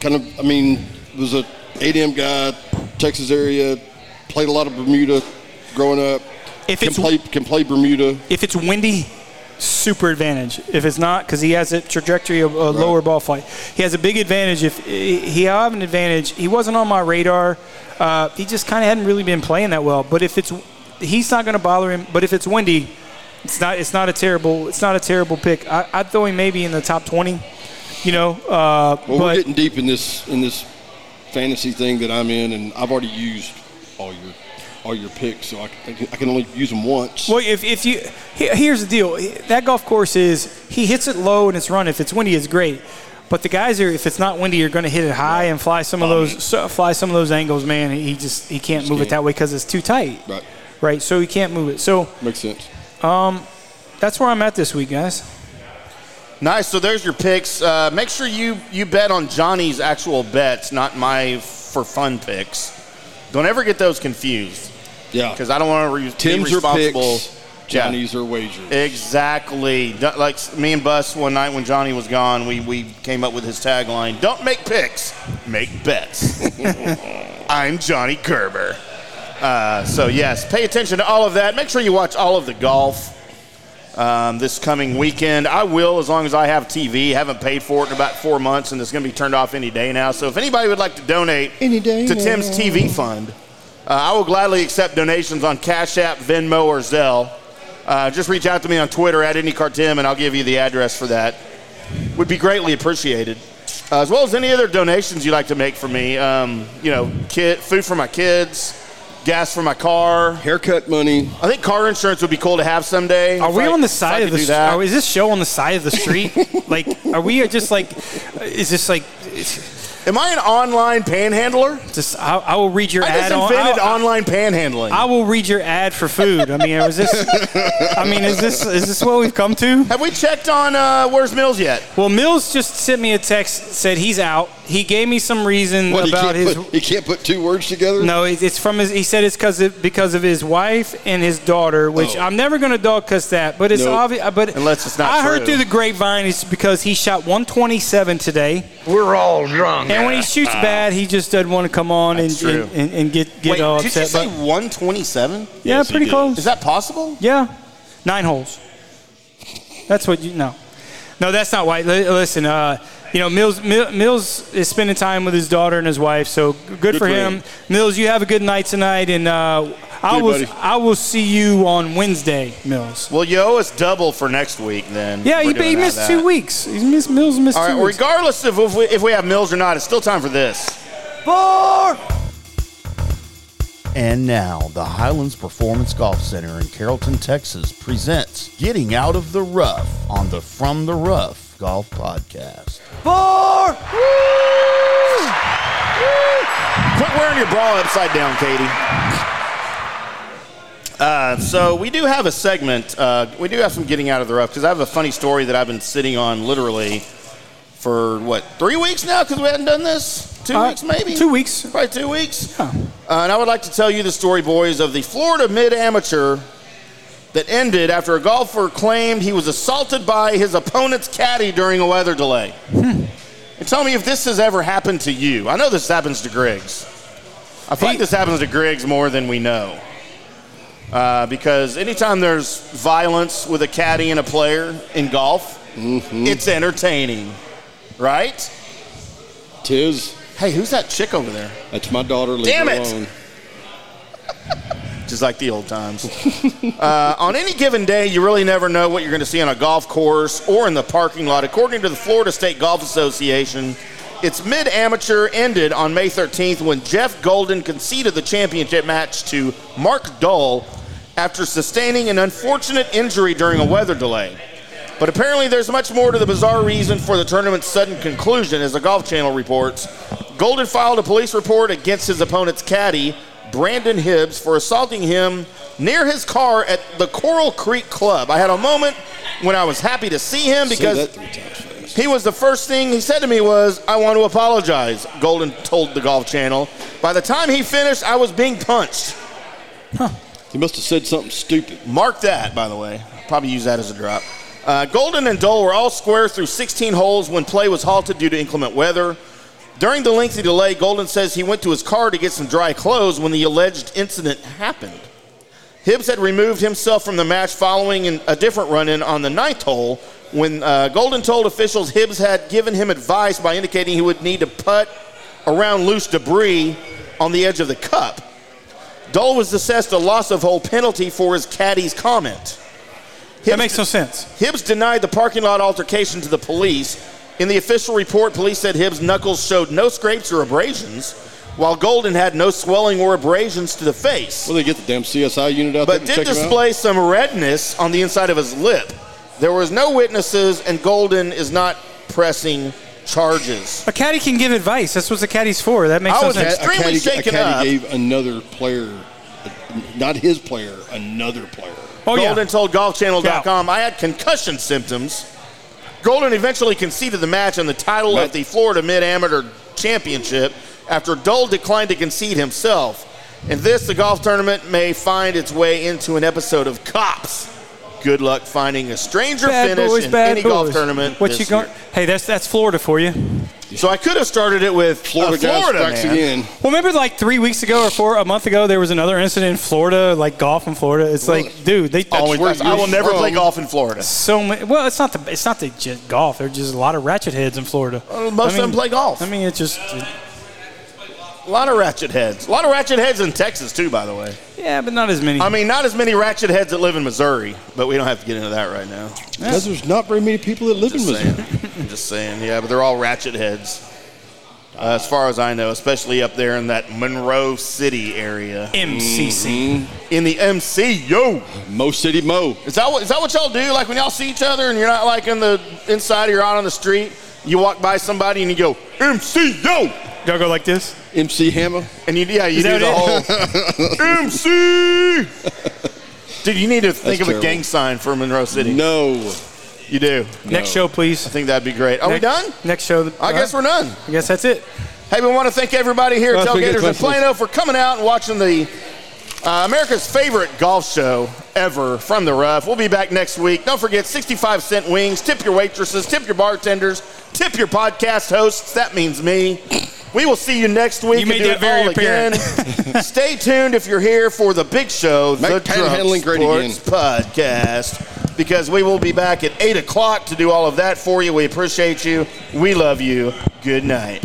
Speaker 3: kind of, I mean, was a ADM guy, Texas area, played a lot of Bermuda growing up.
Speaker 2: If
Speaker 3: can
Speaker 2: it's
Speaker 3: play can play Bermuda.
Speaker 2: if it's windy, super advantage. If it's not, because he has a trajectory of a lower ball flight, he has a big advantage. If he will have an advantage, he wasn't on my radar. Uh, he just kind of hadn't really been playing that well. But if it's, he's not going to bother him. But if it's windy, it's not. It's not a terrible. It's not a terrible pick. I, I'd throw him maybe in the top twenty. You know, uh,
Speaker 3: Well, we're
Speaker 2: but
Speaker 3: getting deep in this in this fantasy thing that I'm in, and I've already used all your all your picks, so I can, I can only use them once.
Speaker 2: Well, if, if you he- here's the deal, that golf course is he hits it low and it's run. If it's windy, it's great. But the guys are if it's not windy, you're going to hit it high and fly some of those so- fly some of those angles. Man, he just he can't move it that way because it's too tight.
Speaker 3: Right,
Speaker 2: Right, so he can't move it. So
Speaker 3: makes sense.
Speaker 2: that's where I'm at this week, guys.
Speaker 1: Nice. So there's your picks. Uh, make sure you you bet on Johnny's actual bets, not my for fun picks. Don't ever get those confused
Speaker 3: Yeah,
Speaker 1: because I don't want to re- be
Speaker 3: Tim's are
Speaker 1: responsible.
Speaker 3: picks, Johnny's are wagers.
Speaker 1: Exactly. D- Like s- me and Bus one night when Johnny was gone, we, we came up with his tagline: "Don't make picks, make bets." I'm Johnny Gerber. Uh, so yes, pay attention to all of that. Make sure you watch all of the golf um, this coming weekend. I will, as long as I have TV. Haven't paid for it in about four months, and it's going to be turned off any day now. So if anybody would like to donate
Speaker 3: Any day
Speaker 1: to
Speaker 3: now.
Speaker 1: Tim's TV fund, uh, I will gladly accept donations on Cash App, Venmo, or Zelle. Uh, just reach out to me on Twitter at IndyCarTim, and I'll give you the address for that. Would be greatly appreciated, Uh, as well as any other donations you'd like to make for me. Um, you know, kid, food for my kids, gas for my car.
Speaker 3: Haircut money.
Speaker 1: I think car insurance would be cool to have someday.
Speaker 2: Are
Speaker 1: If
Speaker 2: we
Speaker 1: I-
Speaker 2: on the
Speaker 1: if I
Speaker 2: side of
Speaker 1: could
Speaker 2: the?
Speaker 1: do
Speaker 2: s- oh,
Speaker 1: that.
Speaker 2: Are, is this show on the side of the street? like, are we just like? Is this like?
Speaker 1: Am I an online panhandler?
Speaker 2: Just I, I will read your
Speaker 1: I
Speaker 2: ad.
Speaker 1: just
Speaker 2: on-
Speaker 1: invented
Speaker 2: I- I-
Speaker 1: online panhandling.
Speaker 2: I will read your ad for food. I mean, is this? I mean, is this is this what we've come to?
Speaker 1: Have we checked on uh, Where's Mills yet?
Speaker 2: Well, Mills just sent me a text said he's out. He gave me some reason
Speaker 3: What, he,
Speaker 2: about
Speaker 3: can't
Speaker 2: his.
Speaker 3: put, he can't put two words together?
Speaker 2: No, it- it's from his. He said it's because of, because of his wife and his daughter, which
Speaker 3: Oh.
Speaker 2: I'm never going to dog cuss that. But it's
Speaker 3: Nope.
Speaker 2: obvious. But
Speaker 1: Unless it's not
Speaker 2: I
Speaker 1: true.
Speaker 2: heard through the grapevine it's because he shot 127 today,
Speaker 9: We're all drunk.
Speaker 2: and when he shoots bad, he just doesn't want to come on and,
Speaker 1: That's true.
Speaker 2: and, and, and get get all upset. But-
Speaker 1: 127?
Speaker 2: yeah,
Speaker 5: Yes, he
Speaker 2: pretty
Speaker 5: did.
Speaker 2: close.
Speaker 1: Is that possible?
Speaker 2: Yeah, nine holes. That's what you know. No, that's not why. Li- Listen, uh, you know Mills, Mil- Mills is spending time with his daughter and his wife, so g- good, for,
Speaker 3: for
Speaker 2: him.
Speaker 3: him.
Speaker 2: Mills, you have a good night tonight, and uh, I
Speaker 3: Good,
Speaker 2: will
Speaker 3: buddy.
Speaker 2: I will see you on Wednesday, Mills.
Speaker 1: Well, you owe us double for next week then.
Speaker 2: Yeah,
Speaker 1: if
Speaker 2: he,
Speaker 1: we're
Speaker 2: he
Speaker 1: doing
Speaker 2: missed
Speaker 1: that.
Speaker 2: two weeks. He's missed, Mills missed
Speaker 1: All
Speaker 2: two
Speaker 1: right,
Speaker 2: weeks.
Speaker 1: regardless of if we, if we have Mills or not, it's still time for this. And now, the Highlands Performance Golf Center in Carrollton, Texas presents Getting Out of the Rough on the From the Rough Golf Podcast.
Speaker 6: Four.
Speaker 1: Quit wearing your bra upside down, Katie. Uh, so we do have a segment. Uh, we do have some getting out of the rough because I have a funny story that I've been sitting on literally for what three weeks now because we hadn't done this. Two
Speaker 2: Uh,
Speaker 1: weeks, maybe.
Speaker 2: two weeks.
Speaker 1: Probably two weeks.
Speaker 2: Yeah.
Speaker 1: Uh, and I would like to tell you the story, boys, of the Florida mid amateur that ended after a golfer claimed he was assaulted by his opponent's caddy during a weather delay.
Speaker 2: Hmm.
Speaker 1: And tell me if this has ever happened to you. I know this happens to Griggs. I feel like this happens to Griggs more than we know. Uh, because anytime there's violence with a caddy and a player in golf, it's entertaining, right?
Speaker 3: Tis.
Speaker 1: Hey, who's that chick over there?
Speaker 3: That's my daughter. Leave
Speaker 1: Damn
Speaker 3: her
Speaker 1: it.
Speaker 3: alone.
Speaker 1: just like the old times. uh, on any given day, you really never know what you're going to see on a golf course or in the parking lot. According to the Florida State Golf Association, its mid amateur ended on May 13th when Jeff Golden conceded the championship match to Mark Dull after sustaining an unfortunate injury during a weather delay. But apparently, there's much more to the bizarre reason for the tournament's sudden conclusion, as the Golf Channel reports. Golden filed a police report against his opponent's caddy, Brandon Hibbs, for assaulting him near his car at the Coral Creek Club. I had a moment when I was happy to see him
Speaker 3: Say
Speaker 1: because
Speaker 3: that three times fast.
Speaker 1: he was the first thing he said to me was, I want to apologize, Golden told the Golf Channel. By the time he finished, I was being punched.
Speaker 3: He must have said something stupid.
Speaker 1: Mark that, by the way. Probably use that as a drop. Uh, Golden and Dole were all square through 16 holes when play was halted due to inclement weather. During the lengthy delay, Golden says he went to his car to get some dry clothes when the alleged incident happened. Hibbs had removed himself from the match following an, a different run in on the ninth hole when uh, Golden told officials Hibbs had given him advice by indicating he would need to putt around loose debris on the edge of the cup. Dole was assessed a loss of hole penalty for his caddy's comment.
Speaker 2: that makes no sense.
Speaker 1: Hibbs denied the parking lot altercation to the police. In the official report, police said Hibbs' knuckles showed no scrapes or abrasions, while Golden had no swelling or abrasions to the face,
Speaker 3: Well, they get the damn CSI unit out
Speaker 1: but
Speaker 3: there to
Speaker 1: did
Speaker 3: check him out.
Speaker 1: display some redness on the inside of his lip. There was no witnesses, and Golden is not pressing charges.
Speaker 2: A caddy can give advice. That's what the caddy's for. That makes
Speaker 1: I
Speaker 2: no
Speaker 1: was
Speaker 2: sense.
Speaker 1: at- extremely
Speaker 3: caddy,
Speaker 1: shaken
Speaker 3: a caddy
Speaker 1: up.
Speaker 3: gave another player, not his player, another player.
Speaker 2: oh yeah.
Speaker 1: Golden told GolfChannel.com, I had concussion symptoms. Golden eventually conceded the match and the title
Speaker 3: Right.
Speaker 1: of the Florida Mid Amateur Championship after Dole declined to concede himself. And this, the golf tournament, may find its way into an episode of Cops. Good luck finding a stranger
Speaker 2: Bad
Speaker 1: finish
Speaker 2: boys,
Speaker 1: in
Speaker 2: bad
Speaker 1: any
Speaker 2: boys.
Speaker 1: golf tournament.
Speaker 2: What
Speaker 1: this
Speaker 2: you going?
Speaker 1: year.
Speaker 2: Hey, that's that's Florida for you.
Speaker 1: So I could have started it with
Speaker 3: Florida,
Speaker 1: Florida, Florida
Speaker 3: guy strikes
Speaker 1: man.
Speaker 3: again.
Speaker 2: Well, remember like three weeks ago or four, a month ago, there was another incident in Florida, like golf in Florida. It's like, dude, they
Speaker 1: Always,
Speaker 3: where
Speaker 1: I will
Speaker 3: you're
Speaker 1: never play
Speaker 3: from.
Speaker 1: golf in Florida.
Speaker 2: so many. Well, it's not the it's not the just golf. There's just a lot of ratchet heads in Florida.
Speaker 1: Well, most of them play golf.
Speaker 2: I mean, it's just
Speaker 1: A lot of ratchet heads. A lot of ratchet heads in Texas, too, by the way.
Speaker 2: yeah, but not as many.
Speaker 1: I mean, not as many ratchet heads that live in Missouri, but we don't have to get into that right now.
Speaker 3: Because there's not very many people that live in
Speaker 1: Just
Speaker 3: Missouri.
Speaker 1: saying. I'm just saying. Yeah, but they're all ratchet heads, uh, as far as I know, especially up there in that Monroe City area
Speaker 2: MCC.
Speaker 1: in the MCU.
Speaker 3: Mo City Mo.
Speaker 1: Is that what, is that what y'all do? Like when y'all see each other and you're not like in the inside, you're out on the street. You walk by somebody and you go, MCO!
Speaker 2: Gotta go like this.
Speaker 3: MC Hammer.
Speaker 1: And you, yeah, you
Speaker 2: Is
Speaker 1: do
Speaker 2: that
Speaker 1: the whole MC! Dude, you need to think of
Speaker 3: That's
Speaker 1: a
Speaker 3: terrible.
Speaker 1: gang sign for Monroe City.
Speaker 3: No.
Speaker 1: You do.
Speaker 2: Next show, please.
Speaker 1: I think that'd be great. Are we
Speaker 2: Next-
Speaker 1: done?
Speaker 2: Next show.
Speaker 1: I guess we're done.
Speaker 2: I guess that's it.
Speaker 1: Hey, we want to thank everybody here at
Speaker 2: Oh,
Speaker 3: That's pretty
Speaker 1: Tailgaters
Speaker 3: good.
Speaker 1: in Plano for coming out and watching the uh, America's favorite golf show ever from the rough. We'll be back next week. Don't forget 65 cent wings. Tip your waitresses, tip your bartenders, tip your podcast hosts. That means me. We will see you next week.
Speaker 2: You
Speaker 1: and
Speaker 2: made
Speaker 1: do
Speaker 2: that
Speaker 1: it
Speaker 2: very
Speaker 1: all
Speaker 2: apparent.
Speaker 1: Again. Stay tuned if you're here for the big show,
Speaker 3: Make
Speaker 1: the Drunk
Speaker 3: panhandling great
Speaker 1: Sports Podcast, because we will be back at 8 o'clock to do all of that for you. We appreciate you. We love you. Good night.